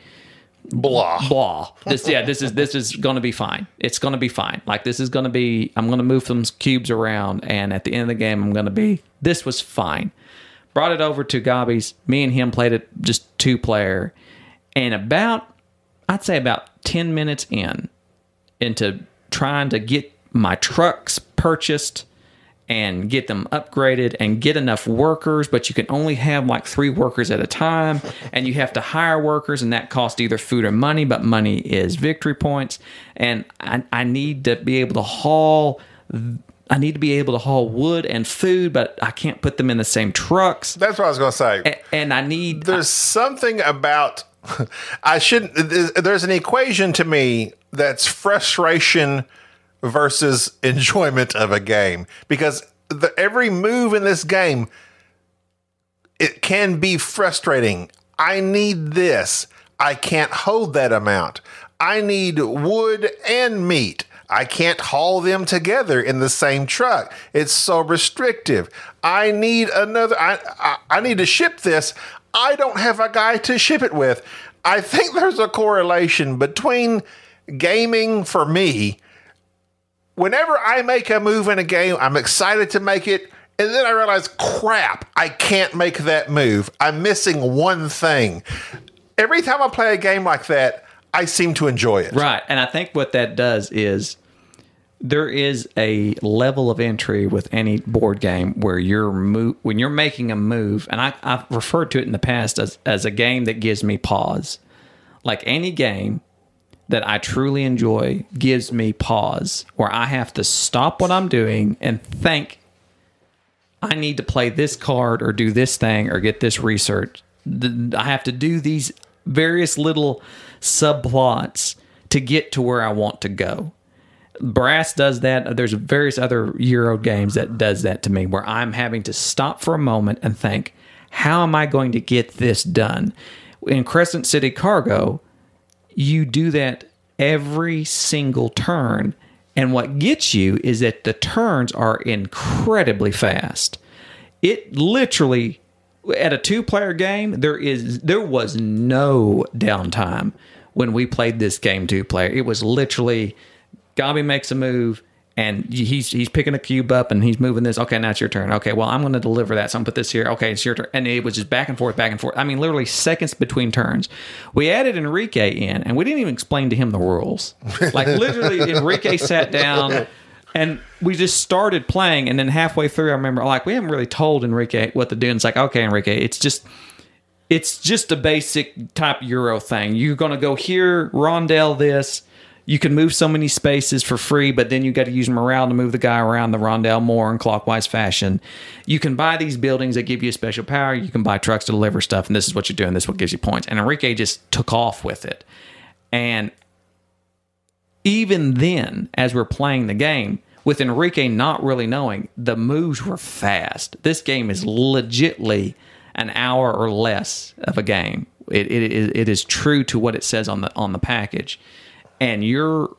Speaker 4: Blah.
Speaker 2: blah. This yeah, this is this is gonna be fine. It's gonna be fine. Like this is gonna be I'm gonna move some cubes around and at the end of the game I'm gonna be this was fine. Brought it over to Gobby's. Me and him played it just two player. And about I'd say about ten minutes in into trying to get my trucks purchased and get them upgraded and get enough workers, but you can only have like three workers at a time, and you have to hire workers, and that costs either food or money, but money is victory points. And I, I need to be able to haul I need to be able to haul wood and food, but I can't put them in the same trucks.
Speaker 4: That's what I was going to say.
Speaker 2: A- And Eh, I need
Speaker 4: there's something about I shouldn't. th- There's an equation to me that's frustration versus enjoyment of a game because the, every move in this game it can be frustrating. I need this. I can't hold that amount. I need wood and meat. I can't haul them together in the same truck. It's so restrictive. I need another. I I, I need to ship this. I don't have a guy to ship it with. I think there's a correlation between gaming for me whenever I make a move in a game, I'm excited to make it. And then I realize, crap, I can't make that move. I'm missing one thing. Every time I play a game like that, I seem to enjoy it.
Speaker 2: Right. And I think what that does is there is a level of entry with any board game where you're mo- when you're making a move, and I, I've referred to it in the past as, as a game that gives me pause. Like any game that I truly enjoy gives me pause where I have to stop what I'm doing and think I need to play this card or do this thing or get this research. Th- I have to do these various little subplots to get to where I want to go. Brass does that. There's various other Euro games that does that to me where I'm having to stop for a moment and think, how am I going to get this done? In Crescent City Cargo, you do that every single turn. And what gets you is that the turns are incredibly fast. It literally at a two-player game, there is there was no downtime when we played this game two-player. It was literally Gabi makes a move and he's he's picking a cube up and he's moving this. Okay, now it's your turn. Okay, well I'm going to deliver that, so I'm gonna put this here. Okay, it's your turn, and it was just back and forth, back and forth. I mean, literally seconds between turns. We added Enrique in, and we didn't even explain to him the rules. Like literally, Enrique sat down. And we just started playing, and then halfway through, I remember like we haven't really told Enrique what to do. And it's like, okay, Enrique, it's just it's just a basic type euro thing. You're going to go here, rondel this. You can move so many spaces for free, but then you got to use morale to move the guy around the rondel more in clockwise fashion. You can buy these buildings that give you a special power. You can buy trucks to deliver stuff, and this is what you're doing. This is what gives you points. And Enrique just took off with it. And even then, as we're playing the game, with Enrique not really knowing, the moves were fast. This game is legitly an hour or less of a game. It, it, it- it is true to what it says on the on the package, and your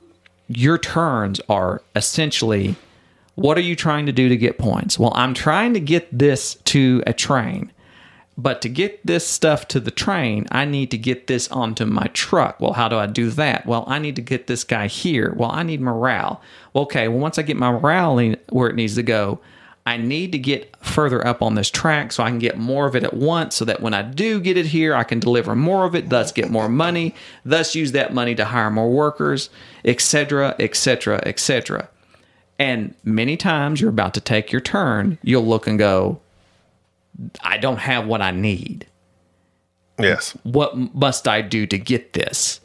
Speaker 2: your turns are essentially what are you trying to do to get points? Well, I'm trying to get this to a train. But to get this stuff to the train, I need to get this onto my truck. Well, how do I do that? Well, I need to get this guy here. Well, I need morale. Well, okay, well, once I get my morale in- where it needs to go, I need to get further up on this track so I can get more of it at once so that when I do get it here, I can deliver more of it, thus get more money, thus use that money to hire more workers, etc., etc., etc. And many times you're about to take your turn, you'll look and go, I don't have what I need.
Speaker 4: Yes.
Speaker 2: What m- must I do to get this?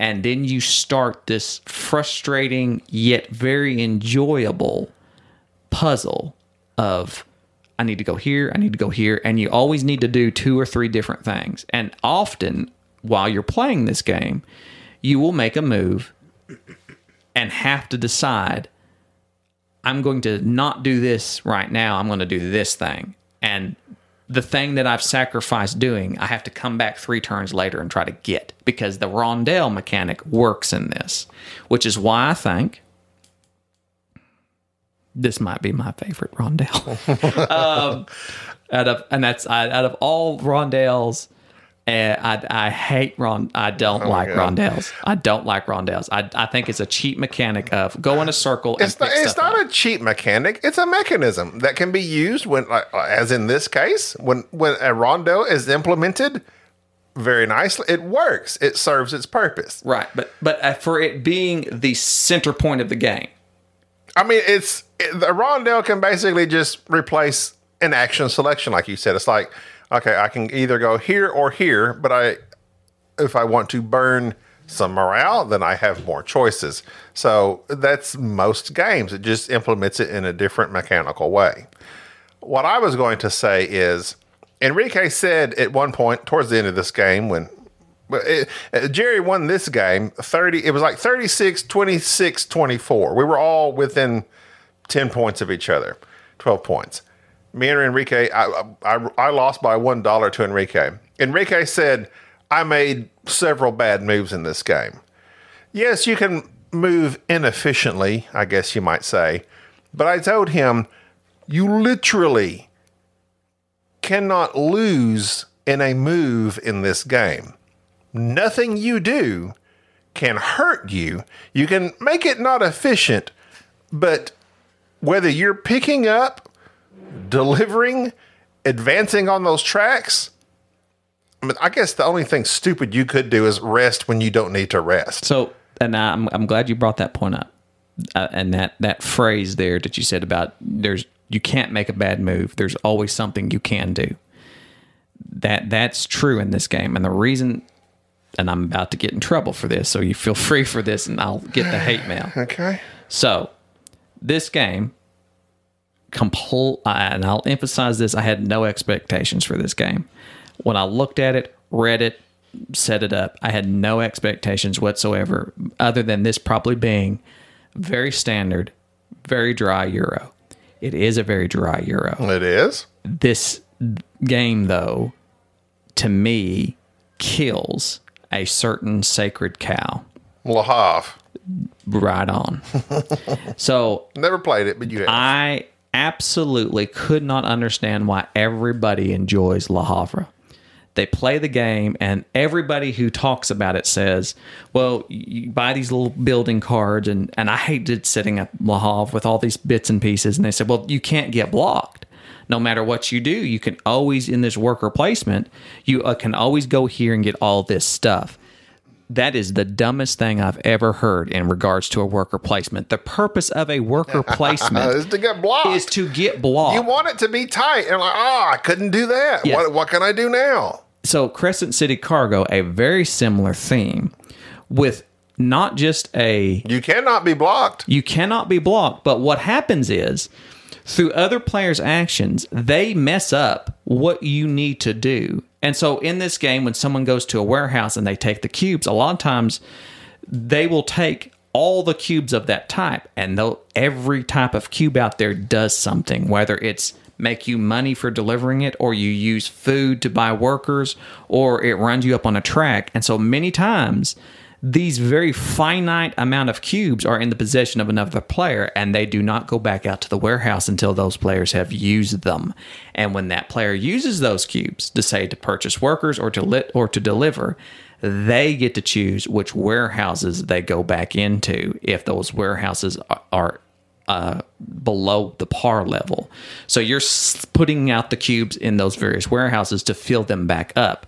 Speaker 2: And then you start this frustrating yet very enjoyable puzzle of I need to go here, I need to go here, and you always need to do two or three different things. And often while you're playing this game, you will make a move and have to decide I'm going to not do this right now. I'm going to do this thing. And the thing that I've sacrificed doing, I have to come back three turns later and try to get because the rondelle mechanic works in this, which is why I think this might be my favorite rondelle. um, out of and that's I, out of all rondelles, uh, I I hate rond. I
Speaker 4: Oh
Speaker 2: don't like rondelles. I don't like rondelles. I I think it's a cheap mechanic of go in a circle.
Speaker 4: It's
Speaker 2: and
Speaker 4: not,
Speaker 2: pick
Speaker 4: it's
Speaker 2: stuff up.
Speaker 4: not a cheat mechanic. It's a mechanism that can be used when, like, as in this case, when when a rondo is implemented very nicely, it works. It serves its purpose.
Speaker 2: Right, but but uh, for it being the center point of the game,
Speaker 4: I mean, it's it, the rondelle can basically just replace an action selection, like you said. It's like, okay, I can either go here or here, but I, if I want to burn some morale, then I have more choices. So that's most games. It just implements it in a different mechanical way. What I was going to say is, Enrique said at one point towards the end of this game when but it, uh, Jerry won this game 30 it was like 36 26 24. We were all within 10 points of each other. 12 points. Me and Enrique I I, I lost by $1 to Enrique. Enrique said I made several bad moves in this game. Yes, you can move inefficiently, I guess you might say. But I told him, you literally cannot lose in a move in this game. Nothing you do can hurt you. You can make it not efficient, but whether you're picking up, delivering, advancing on those tracks, I, mean, I guess the only thing stupid you could do is rest when you don't need to rest.
Speaker 2: So, and I'm I'm glad you brought that point up, uh, and that that phrase there that you said about there's you can't make a bad move. There's always something you can do. That that's true in this game, and the reason, and I'm about to get in trouble for this, so you feel free for this, and I'll get the hate mail.
Speaker 4: Okay.
Speaker 2: So, this game, compl- uh, and I'll emphasize this: I had no expectations for this game. When I looked at it, read it, set it up, I had no expectations whatsoever, other than this probably being very standard, very dry Euro. It is a very dry Euro
Speaker 4: It is.
Speaker 2: this game though to me kills a certain sacred cow
Speaker 4: Lahav.
Speaker 2: right on so
Speaker 4: Never played it, but you have.
Speaker 2: i absolutely could not understand why everybody enjoys la havre they play the game and everybody who talks about it says well you buy these little building cards and, and i hated setting up la havre with all these bits and pieces and they said well you can't get blocked no matter what you do you can always in this worker placement you uh, can always go here and get all this stuff that is the dumbest thing I've ever heard in regards to a worker placement. The purpose of a worker placement
Speaker 4: is to get blocked.
Speaker 2: is to get blocked.
Speaker 4: you want it to be tight. And like, oh, I couldn't do that.
Speaker 2: Yes.
Speaker 4: What, what can I do now?
Speaker 2: so Crescent City Cargo, a very similar theme with not just a
Speaker 4: You cannot be blocked.
Speaker 2: you cannot be blocked, but what happens is through other players' actions, they mess up what you need to do. And so in this game, when someone goes to a warehouse and they take the cubes, a lot of times they will take all the cubes of that type and they'll every type of cube out there does something whether it's make you money for delivering it or you use food to buy workers or it runs you up on a track and so many times these very finite amount of cubes are in the possession of another player and they do not go back out to the warehouse until those players have used them and when that player uses those cubes to say to purchase workers or to lit or to deliver they get to choose which warehouses they go back into if those warehouses are, are uh, below the par level. So you're s- putting out the cubes in those various warehouses to fill them back up.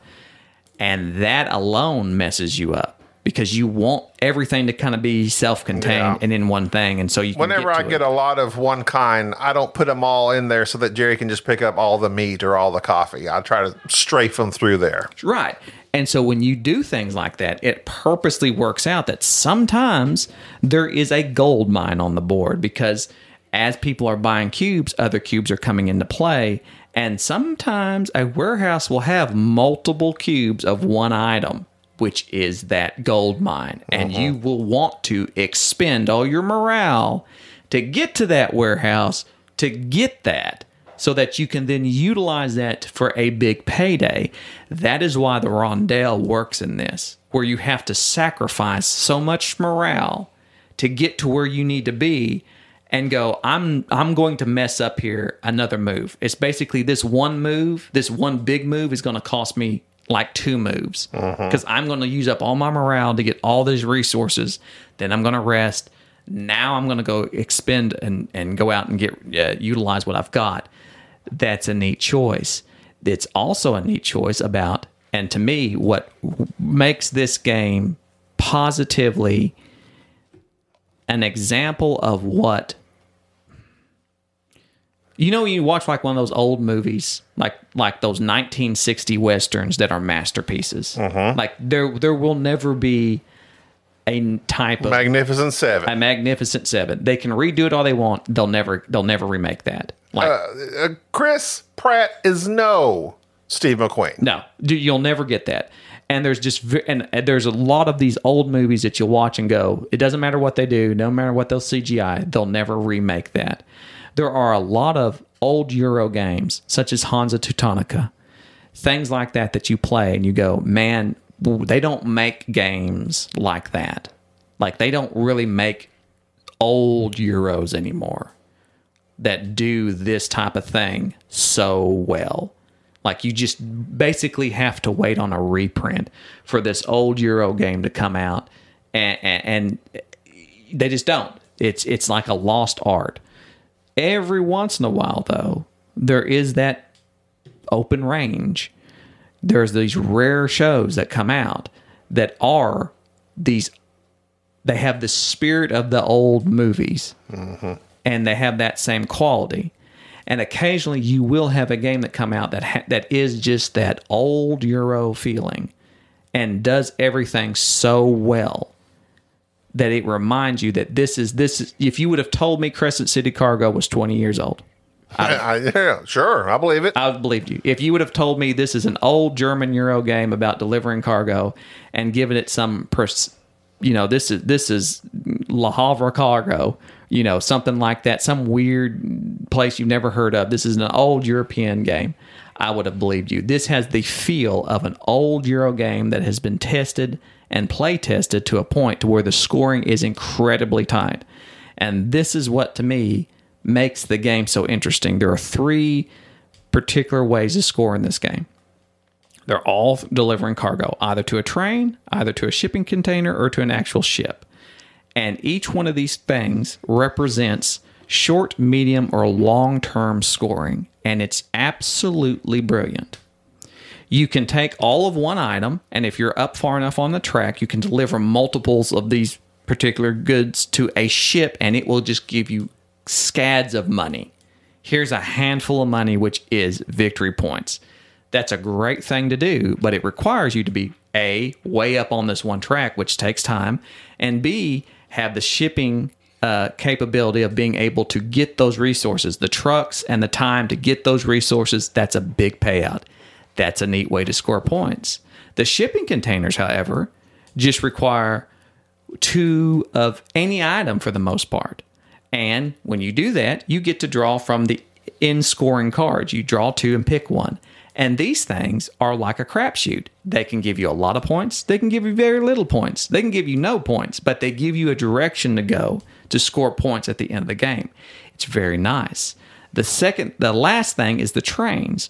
Speaker 2: And that alone messes you up because you want everything to kind of be self contained
Speaker 4: Yeah.
Speaker 2: and in one thing. And so you can
Speaker 4: Whenever
Speaker 2: get
Speaker 4: I
Speaker 2: to
Speaker 4: get
Speaker 2: it.
Speaker 4: a lot of one kind, I don't put them all in there so that Jerry can just pick up all the meat or all the coffee. I try to strafe them through there.
Speaker 2: Right. And so when you do things like that, it purposely works out that sometimes there is a gold mine on the board because as people are buying cubes, other cubes are coming into play. And sometimes a warehouse will have multiple cubes of one item, which is that gold mine. And you will want to expend all your morale to get to that warehouse to get that so that you can then utilize that for a big payday. That is why the rondelle works in this, where you have to sacrifice so much morale to get to where you need to be and go I'm I'm going to mess up here another move. It's basically this one move, this one big move is going to cost me like two moves cuz I'm going to use up all my morale to get all these resources, then I'm going to rest now I'm going to go expend and, and go out and get uh, utilize what I've got. That's a neat choice. It's also a neat choice about, and to me, what w- makes this game positively an example of what you know. You watch like one of those old movies, like like those 1960 westerns that are masterpieces. Like there, there will never be a type of
Speaker 4: Magnificent Seven.
Speaker 2: a magnificent seven. They can redo it all they want. They'll never they'll never remake that. Like
Speaker 4: Chris Pratt is no Steve McQueen.
Speaker 2: no, du- you'll never get that. And there's just ve- and and there's a lot of these old movies that you'll watch and go, it doesn't matter what they do, no matter what they'll CGI, they'll never remake that. There are a lot of old Euro games such as Hansa Teutonica, things like that that you play and you go, man, w- they don't make games like that. Like they don't really make old Euros anymore that do this type of thing so well. Like you just basically have to wait on a reprint for this old Euro game to come out, and, and, and they just don't. It's it's like a lost art. Every once in a while, though, there is that open range. There's these rare shows that come out that are these. They have the spirit of the old movies and they have that same quality. And occasionally, you will have a game that come out that ha- that is just that old Euro feeling, and does everything so well that it reminds you that this is this. Is, if you would have told me Crescent City Cargo was twenty years old,
Speaker 4: I, yeah, sure. I believe it.
Speaker 2: I would have believed you. If you would have told me this is an old German Euro game about delivering cargo and given it some, pers- you know, this is this is La Havre cargo, you know, something like that, some weird place you've never heard of. This is an old European game. I would have believed you. This has the feel of an old Euro game that has been tested and play tested to a point to where the scoring is incredibly tight. And this is what to me makes the game so interesting. There are three particular ways to score in this game. They're all delivering cargo, either to a train, either to a shipping container, or to an actual ship. And each one of these things represents short, medium, or long term scoring. And it's absolutely brilliant. You can take all of one item, and if you're up far enough on the track, you can deliver multiples of these particular goods to a ship, and it will just give you scads of money here's a handful of money, which is victory points. That's a great thing to do, but it requires you to be A, way up on this one track, which takes time, and B, have the shipping uh, capability of being able to get those resources, the trucks and the time to get those resources. That's a big payout. That's a neat way to score points. The shipping containers, however, just require two of any item for the most part. And when you do that, you get to draw from the in scoring cards. You draw two and pick one. And these things are like a crapshoot. They can give you a lot of points. They can give you very little points. They can give you no points, but they give you a direction to go to score points at the end of the game. It's very nice. The second, the last thing is the trains.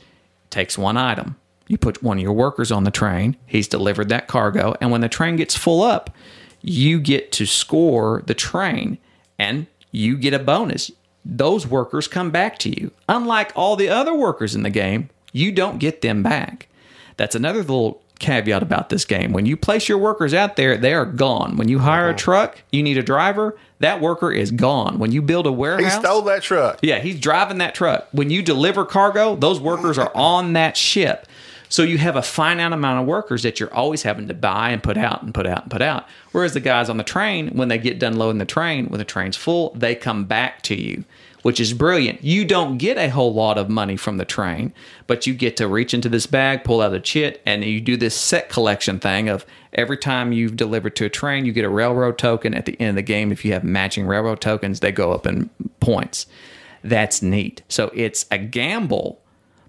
Speaker 2: Takes one item. You put one of your workers on the train. He's delivered that cargo, and when the train gets full up, you get to score the train, and you get a bonus. Those workers come back to you. Unlike all the other workers in the game, you don't get them back. That's another little caveat about this game. When you place your workers out there, they are gone. When you hire a truck, you need a driver. That worker is gone. When you build a
Speaker 4: He
Speaker 2: warehouse,
Speaker 4: stole that truck.
Speaker 2: yeah, he's driving that truck. When you deliver cargo, those workers are on that ship. So you have a finite amount of workers that you're always having to buy and put out and put out and put out. Whereas the guys on the train, when they get done loading the train, when the train's full, they come back to you, which is brilliant. You don't get a whole lot of money from the train, but you get to reach into this bag, pull out a chit, and you do this set collection thing of every time you've delivered to a train, you get a railroad token at the end of the game. If you have matching railroad tokens, they go up in points that's neat. So it's a gamble,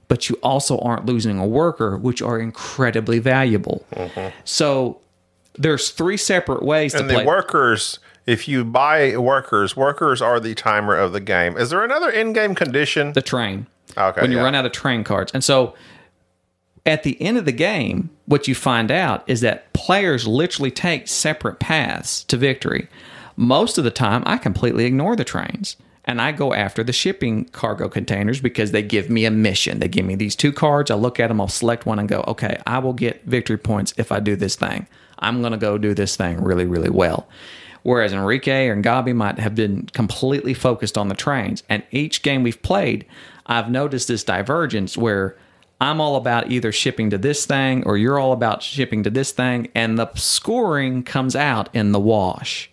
Speaker 2: but you also aren't losing a worker, which are incredibly valuable. So there's three separate ways
Speaker 4: Mm-hmm. And
Speaker 2: to
Speaker 4: the
Speaker 2: play.
Speaker 4: workers, if you buy workers, workers are the timer of the game. Is there another in game condition?
Speaker 2: the train.
Speaker 4: Okay,
Speaker 2: When you
Speaker 4: yeah.
Speaker 2: run out of train cards. And so at the end of the game, what you find out is that players literally take separate paths to victory. Most of the time, I completely ignore the trains and I go after the shipping cargo containers because they give me a mission. They give me these two cards. I look at them, I'll select one and go, okay, I will get victory points if I do this thing. I'm going to go do this thing really, really well. Whereas Enrique or Gabi might have been completely focused on the trains. And each game we've played, I've noticed this divergence where I'm all about either shipping to this thing or you're all about shipping to this thing, and the scoring comes out in the wash.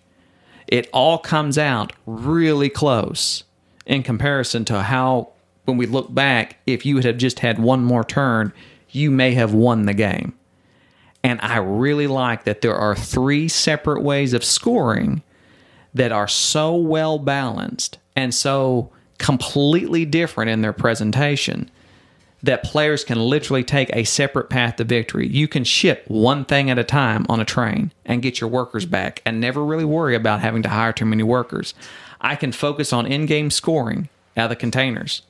Speaker 2: It all comes out really close in comparison to how, when we look back, if you would have just had one more turn, you may have won the game. And I really like that there are three separate ways of scoring that are so well balanced and so completely different in their presentation that players can literally take a separate path to victory. You can ship one thing at a time on a train and get your workers back and never really worry about having to hire too many workers. I can focus on in game scoring out of the containers,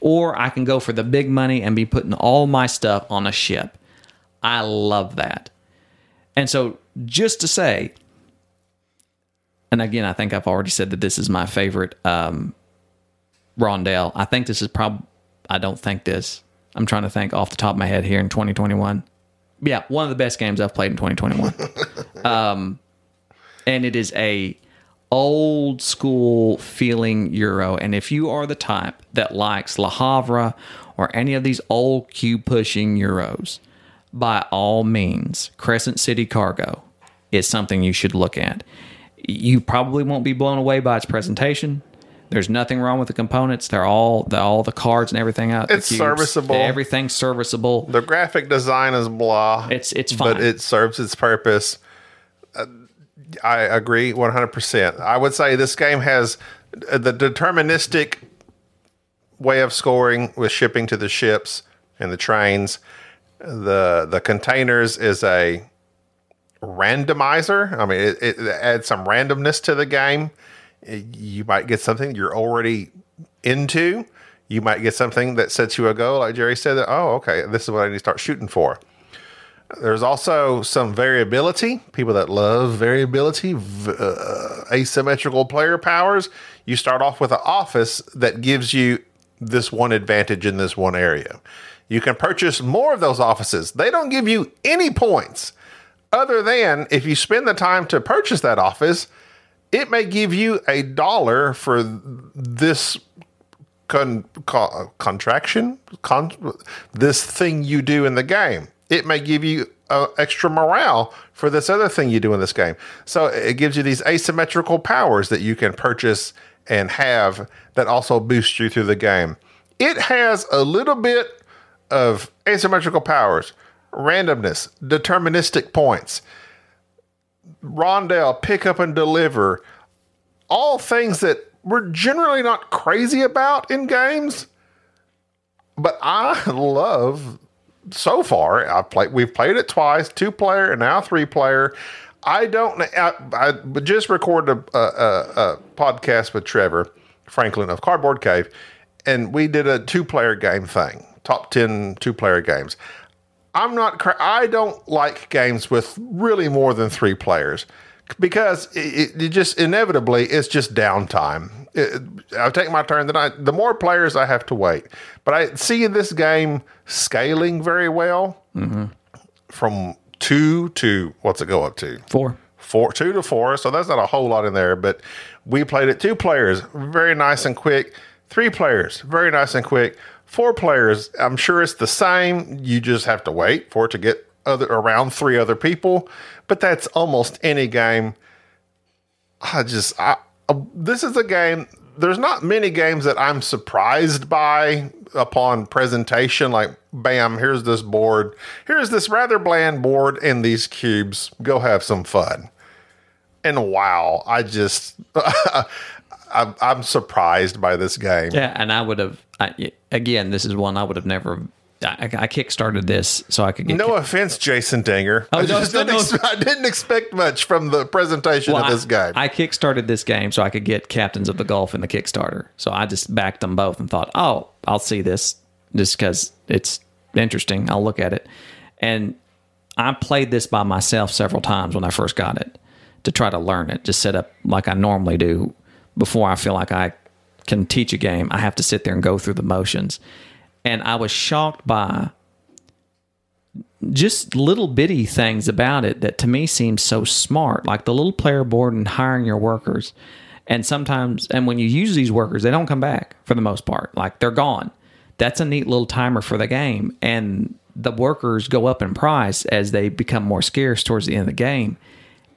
Speaker 2: or I can go for the big money and be putting all my stuff on a ship. I love that. And so, just to say, and again, I think I've already said that this is my favorite um, Rondell. I think this is probably, I don't think this. I'm trying to think off the top of my head here in 2021. Yeah, one of the best games I've played in 2021. um, and it is a old school feeling euro. And if you are the type that likes La Havre or any of these old cube pushing euros, by all means, Crescent City Cargo is something you should look at. You probably won't be blown away by its presentation. There's nothing wrong with the components. They're all the all the cards and everything out. the
Speaker 4: It's
Speaker 2: cubes,
Speaker 4: serviceable.
Speaker 2: Everything's serviceable.
Speaker 4: The graphic design is blah.
Speaker 2: It's- it's
Speaker 4: but
Speaker 2: fine.
Speaker 4: it serves its purpose. Uh, I agree one hundred percent. I would say this game has uh, the deterministic way of scoring with shipping to the ships and the trains. The the containers is a randomizer. I mean, it, it adds some randomness to the game. You might get something you're already into. You might get something that sets you a goal, like Jerry said. That oh, okay, this is what I need to start shooting for. There's also some variability. People that love variability, v- uh, asymmetrical player powers. You start off with an office that gives you this one advantage in this one area. You can purchase more of those offices. They don't give you any points other than if you spend the time to purchase that office, it may give you a dollar for this con- co- contraction, con- this thing you do in the game. It may give you uh, extra morale for this other thing you do in this game. So it gives you these asymmetrical powers that you can purchase and have that also boost you through the game. It has a little bit of asymmetrical powers, randomness, deterministic points, rondel, pick up and deliver, all things that we're generally not crazy about in games. But I love so far. I played. We've played it twice, two player and now three player. I don't. kn- I, I just recorded a, a, a, a podcast with Trevor Franklin of Cardboard Cave, and we did a two player game thing. Top 10 two player games. I'm not. cra- I don't like games with really more than three players because it, it- it just inevitably it's just downtime. It, I take my turn. Then I the more players I have to wait. But I see this game scaling very well from two to what's it go up to
Speaker 2: Four.
Speaker 4: four two to four so that's not a whole lot in there but we played it two players very nice and quick three players very nice and quick four players i'm sure it's the same you just have to wait for it to get other around three other people but that's almost any game i just i uh, this is a game there's not many games that i'm surprised by upon presentation like bam here's this board here's this rather bland board and these cubes go have some fun and wow, I just I'm, I'm surprised by this game.
Speaker 2: Yeah, and I would have. I, again, this is one I would have never. I, I kickstarted this so I could get.
Speaker 4: No offense, Jason Dinger. I,
Speaker 2: Oh, no,
Speaker 4: just
Speaker 2: no,
Speaker 4: didn't
Speaker 2: no.
Speaker 4: ex- I didn't expect much from the presentation
Speaker 2: Well,
Speaker 4: of this game.
Speaker 2: I, I kickstarted this game so I could get Captains of the Gulf in the Kickstarter. So I just backed them both and thought, oh, I'll see this just because it's interesting. I'll look at it. And I played this by myself several times when I first got it to try to learn it, just set up like I normally do before I feel like I can teach a game. I have to sit there and go through the motions. And I was shocked by just little bitty things about it that to me seem so smart, like the little player board and hiring your workers. And sometimes, and when you use these workers, they don't come back for the most part. Like they're gone. That's a neat little timer for the game. And the workers go up in price as they become more scarce towards the end of the game.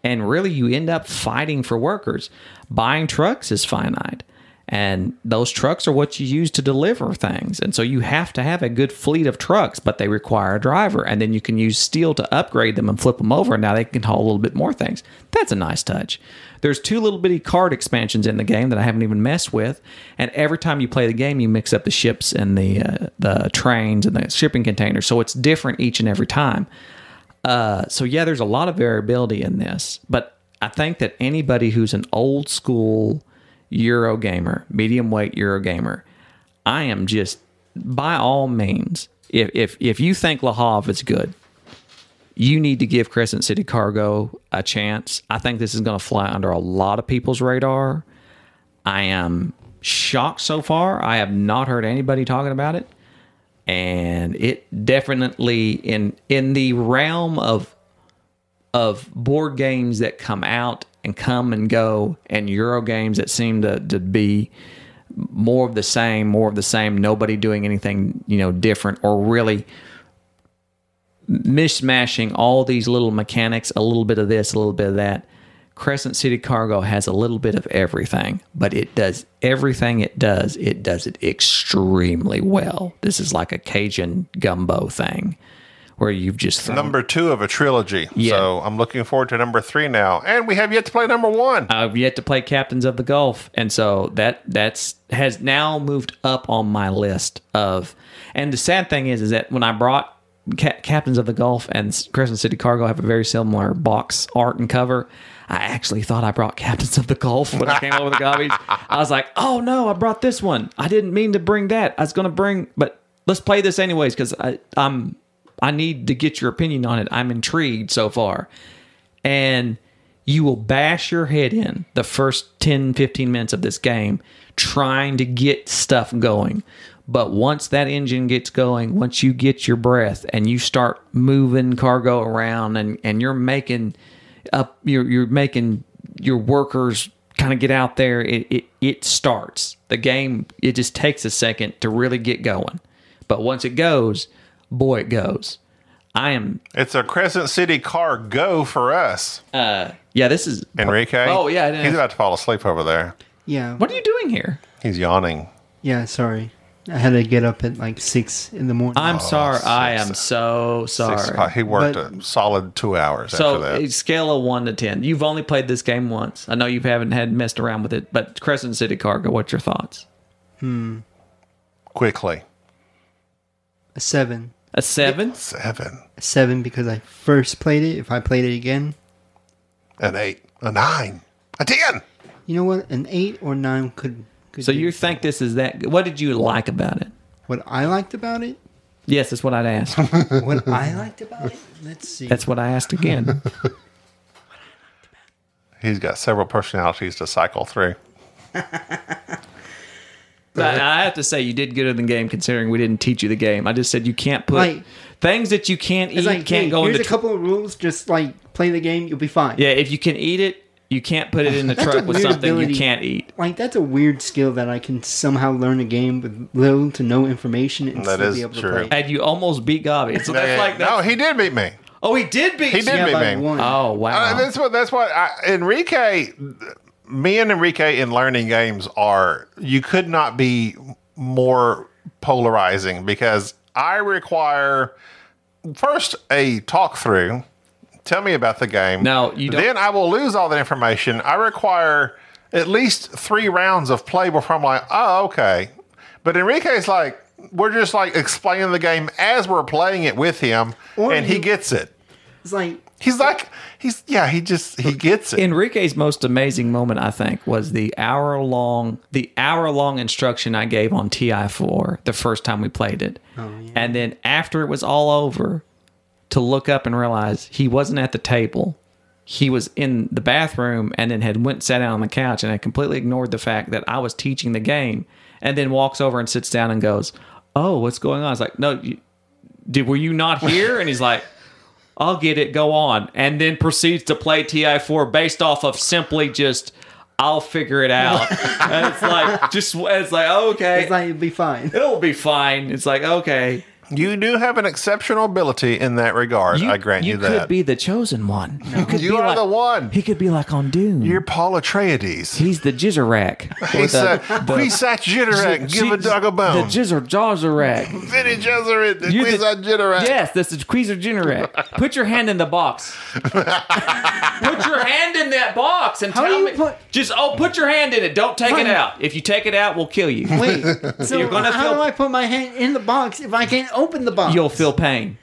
Speaker 2: And really, you end up fighting for workers. Buying trucks is finite. And those trucks are what you use to deliver things. And so you have to have a good fleet of trucks, but they require a driver. And then you can use steel to upgrade them and flip them over. And now they can haul a little bit more things. That's a nice touch. There's two little bitty card expansions in the game that I haven't even messed with. And every time you play the game, you mix up the ships and the, uh, the trains and the shipping containers. So it's different each and every time. Uh, so yeah, there's a lot of variability in this, but I think that anybody who's an old school Euro gamer, medium weight Euro gamer, I am just by all means, if if if you think Lahav is good, you need to give Crescent City Cargo a chance. I think this is going to fly under a lot of people's radar. I am shocked so far. I have not heard anybody talking about it and it definitely in in the realm of of board games that come out and come and go and euro games that seem to, to be more of the same more of the same nobody doing anything you know different or really mishmashing all these little mechanics a little bit of this a little bit of that crescent city cargo has a little bit of everything but it does everything it does it does it extremely well this is like a cajun gumbo thing where you've just thrown
Speaker 4: Number two of a trilogy.
Speaker 2: Yeah.
Speaker 4: So I'm looking forward to number three now. And we have yet to play number one.
Speaker 2: I've yet to play Captains of the Gulf, and so that that's has now moved up on my list of. And the sad thing is, is that when I brought Ca- Captains of the Gulf and Crescent City Cargo have a very similar box art and cover. I actually thought I brought Captains of the Gulf when I came over the copies. I was like, oh no, I brought this one. I didn't mean to bring that. I was going to bring, but let's play this anyways because I'm I need to get your opinion on it. I'm intrigued so far and you will bash your head in the first 10 15 minutes of this game trying to get stuff going but once that engine gets going once you get your breath and you start moving cargo around and and you're making up you're, you're making your workers kind of get out there it, it it starts the game it just takes a second to really get going but once it goes boy it goes i am
Speaker 4: It's a Crescent City car go for us.
Speaker 2: yeah this is
Speaker 4: Enrique.
Speaker 2: Oh, yeah, it is.
Speaker 4: He's about to fall asleep over there.
Speaker 3: Yeah.
Speaker 2: what are you doing here
Speaker 4: He's yawning.
Speaker 3: Yeah, sorry. I had to get up at like six in the morning.
Speaker 4: Oh,
Speaker 2: I'm sorry. I am so
Speaker 4: Six- uh,
Speaker 2: sorry.
Speaker 4: he worked
Speaker 3: But-
Speaker 4: a solid two hours
Speaker 2: So
Speaker 4: after that.
Speaker 2: it's scale of one to ten. You've only played this game once. I know you haven't had messed around with it, but Crescent City Cargo, what's your thoughts?
Speaker 4: Quickly.
Speaker 3: a seven.
Speaker 2: A seven?
Speaker 4: Seven.
Speaker 3: A seven because I first played it. If I played it again,
Speaker 4: An eight. A nine. A ten.
Speaker 3: you know what? An eight or nine could. could
Speaker 2: So
Speaker 3: be.
Speaker 2: you think this is that? good. What did you like about it?
Speaker 3: What I liked about it.
Speaker 2: Yes, that's what I'd asked.
Speaker 3: What I liked about it. Let's see.
Speaker 2: That's what I asked again.
Speaker 4: He's got several personalities to cycle through.
Speaker 2: But I have to say, you did good in the game considering we didn't teach you the game. I just said you can't put
Speaker 3: Like-
Speaker 2: things that you can't eat
Speaker 3: It's like,
Speaker 2: can't
Speaker 3: hey,
Speaker 2: go
Speaker 3: here's
Speaker 2: into.
Speaker 3: a
Speaker 2: tr-
Speaker 3: couple of rules. Just like play the game, you'll be fine.
Speaker 2: yeah, if you can eat it, you can't put it in the
Speaker 3: That's a
Speaker 2: truck with
Speaker 3: weird
Speaker 2: something
Speaker 3: ability.
Speaker 2: you can't eat.
Speaker 3: Like that's a weird skill that I can somehow learn a game with little to no information and
Speaker 4: That
Speaker 3: still
Speaker 4: is
Speaker 3: be able
Speaker 4: true.
Speaker 3: to play. it.
Speaker 2: And you almost beat Gavi. So that's like that.
Speaker 4: no, he did beat me.
Speaker 2: Oh, he did beat.
Speaker 4: He did
Speaker 3: Yeah,
Speaker 4: beat
Speaker 3: by
Speaker 4: me.
Speaker 3: one.
Speaker 2: Oh wow!
Speaker 4: Uh, that's what. That's what. I, Enrique, me and Enrique in learning games are. You could not be more polarizing because I require first a talk through. Tell me about the game.
Speaker 2: No, you don't-
Speaker 4: Then I will lose all that information. I require at least three rounds of play before I'm like, oh, okay. But Enrique's like, we're just like explaining the game as we're playing it with him,
Speaker 3: Or
Speaker 4: and he
Speaker 3: you-
Speaker 4: gets it.
Speaker 3: It's like
Speaker 4: He's like, he's yeah, he just he gets it.
Speaker 2: Enrique's most amazing moment, I think, was the hour long the hour long instruction I gave on TI four the first time we played it, and then after it was all over, to look up and realize he wasn't at the table. He was in the bathroom and then had went and sat down on the couch and had completely ignored the fact that I was teaching the game and then walks over and sits down and goes, "Oh, what's going on?" I was like, "No, you, did were you not here?" And he's like, I'll get it, go on. And then proceeds to play TI4 based off of simply just, I'll figure it out. and it's like, just, it's like, okay,
Speaker 3: it's like it'll be fine.
Speaker 2: it'll be fine. It's like, okay.
Speaker 4: You do have an exceptional ability in that regard. I grant you,
Speaker 2: You
Speaker 4: that.
Speaker 2: could be the chosen one. You, could
Speaker 4: You
Speaker 2: be
Speaker 4: are
Speaker 2: like-
Speaker 4: the one.
Speaker 2: He could be like on Doom.
Speaker 4: You're Paul Atreides.
Speaker 2: He's the Jizzerack.
Speaker 4: He said, Quisat Jitterak, give a dog a bone.
Speaker 2: The Jizzer Jazzerack.
Speaker 4: Vinny Jesuit, the
Speaker 2: You the-
Speaker 4: Quisat Jitterak.
Speaker 2: Yes, that's the Queezer Jinnerack. Put your hand in the box. put your hand in that box and
Speaker 3: How
Speaker 2: tell
Speaker 3: do you
Speaker 2: me.
Speaker 3: put-
Speaker 2: just oh, put your hand in it. Don't take
Speaker 3: Fine.
Speaker 2: it out. If you take it out, we'll kill you.
Speaker 3: Wait, so
Speaker 2: You're gonna
Speaker 3: how
Speaker 2: feel-
Speaker 3: do I put my hand in the box if I can't open the box?
Speaker 2: You'll feel pain.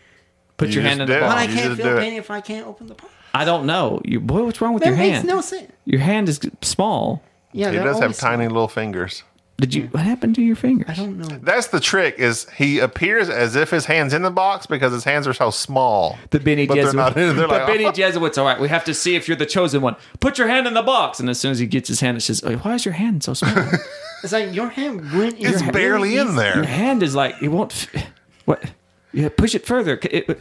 Speaker 2: Put
Speaker 4: You
Speaker 2: your hand in
Speaker 4: just
Speaker 2: the
Speaker 4: do.
Speaker 2: box.
Speaker 3: But I
Speaker 4: You
Speaker 3: can't
Speaker 4: just
Speaker 3: feel
Speaker 4: do it.
Speaker 3: pain if I can't open the box.
Speaker 2: I don't know. You, boy, what's wrong with
Speaker 3: That
Speaker 2: your
Speaker 3: makes
Speaker 2: hand?
Speaker 3: no sense.
Speaker 2: Your hand is small.
Speaker 3: Yeah,
Speaker 4: He
Speaker 3: they're
Speaker 4: does have
Speaker 3: always-
Speaker 4: tiny little fingers.
Speaker 2: Did you? What happened to your fingers?
Speaker 3: I don't know.
Speaker 4: That's the trick. Is he appears as if his hands in the box because his hands are so small.
Speaker 2: The Benny
Speaker 4: but
Speaker 2: Jesuit.
Speaker 4: they're not. in. They're
Speaker 2: the
Speaker 4: like,
Speaker 2: Benny
Speaker 4: "Oh."
Speaker 2: Jesuit's all right. We have to see if you're the chosen one. Put your hand in the box. And as soon as he gets his hand, it says, "Oh, "Why is your hand so small?
Speaker 3: It's like your hand went. in
Speaker 4: It's
Speaker 3: your-
Speaker 4: barely in
Speaker 2: your
Speaker 4: there.
Speaker 2: hand is like it won't. F- what? Yeah, push it further. C- it-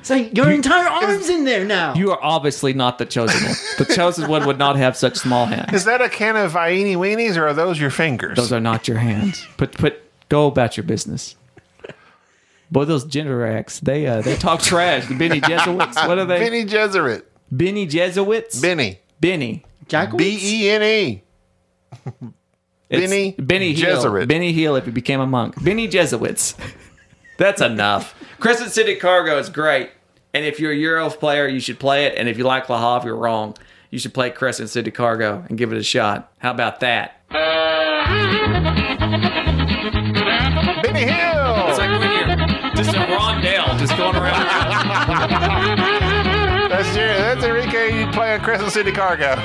Speaker 3: It's like your entire arm's in there now.
Speaker 2: you are obviously not the chosen one. The chosen one would not have such small hands.
Speaker 4: Is that a can of Viini Weenies or are those your fingers?
Speaker 2: Those are not your hands. Put put go about your business. Boy, those gender acts, they uh, they talk trash. The Benny Jesuits. What are they? Benny,
Speaker 4: Benny Jesuit.
Speaker 2: Jesuits.
Speaker 4: Benny.
Speaker 2: Benny.
Speaker 3: Jackal.
Speaker 4: B E N E.
Speaker 2: It's
Speaker 4: Benny
Speaker 2: Benny Hill.
Speaker 4: Jesuit.
Speaker 2: Benny Hill if he became a monk. Benny Jesuits. That's enough. Crescent City Cargo is great. And if you're a Euro player, you should play it. And if you like La Havre, you're wrong. You should play Crescent City Cargo and give it a shot. How about that?
Speaker 4: Benny Hill.
Speaker 2: Like when you're just a rondelle, just going around.
Speaker 4: That's your, that's Enrique you play on Crescent City Cargo.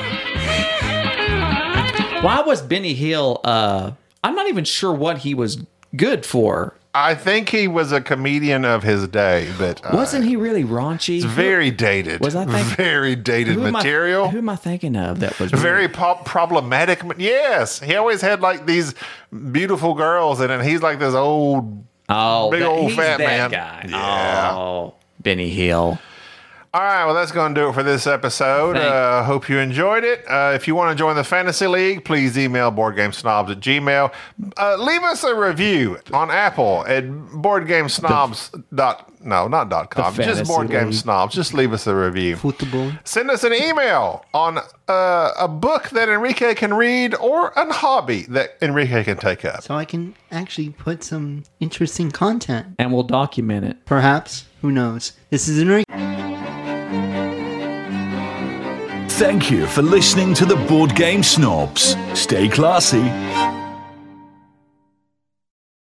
Speaker 2: Why was Benny Hill? Uh, I'm not even sure what he was good for.
Speaker 4: I think he was a comedian of his day, but uh,
Speaker 2: Wasn't he really raunchy?
Speaker 4: very dated.
Speaker 2: Was I thinking-
Speaker 4: very dated
Speaker 2: Who am I-
Speaker 4: material?
Speaker 2: who am I thinking of? That was really-
Speaker 4: very pop- problematic. ma- Yes, he always had like these beautiful girls, and then he's like this old.
Speaker 2: Oh,
Speaker 4: Big
Speaker 2: that-
Speaker 4: old
Speaker 2: he's
Speaker 4: fat
Speaker 2: that
Speaker 4: man.
Speaker 2: guy.
Speaker 4: Yeah.
Speaker 2: Oh, Benny Hill.
Speaker 4: All right, well, that's going to do it for this episode.
Speaker 2: Thank-
Speaker 4: Uh, hope you enjoyed it. Uh, if you want to join the Fantasy League, please email boardgamesnobs at gmail. Uh, leave us a review on Apple at boardgamesnobs. Dot, no, not dot com.
Speaker 2: The
Speaker 4: Just
Speaker 2: Fantasy League.
Speaker 4: boardgamesnobs. Just leave us a review.
Speaker 3: Football.
Speaker 4: Send us an email on uh, a book that Enrique can read or a hobby that Enrique can take up.
Speaker 3: So I can actually put some interesting content.
Speaker 2: And we'll document it.
Speaker 3: Perhaps. Who knows? This is Enrique.
Speaker 1: Thank you for listening to the Board Game Snobs. Stay classy.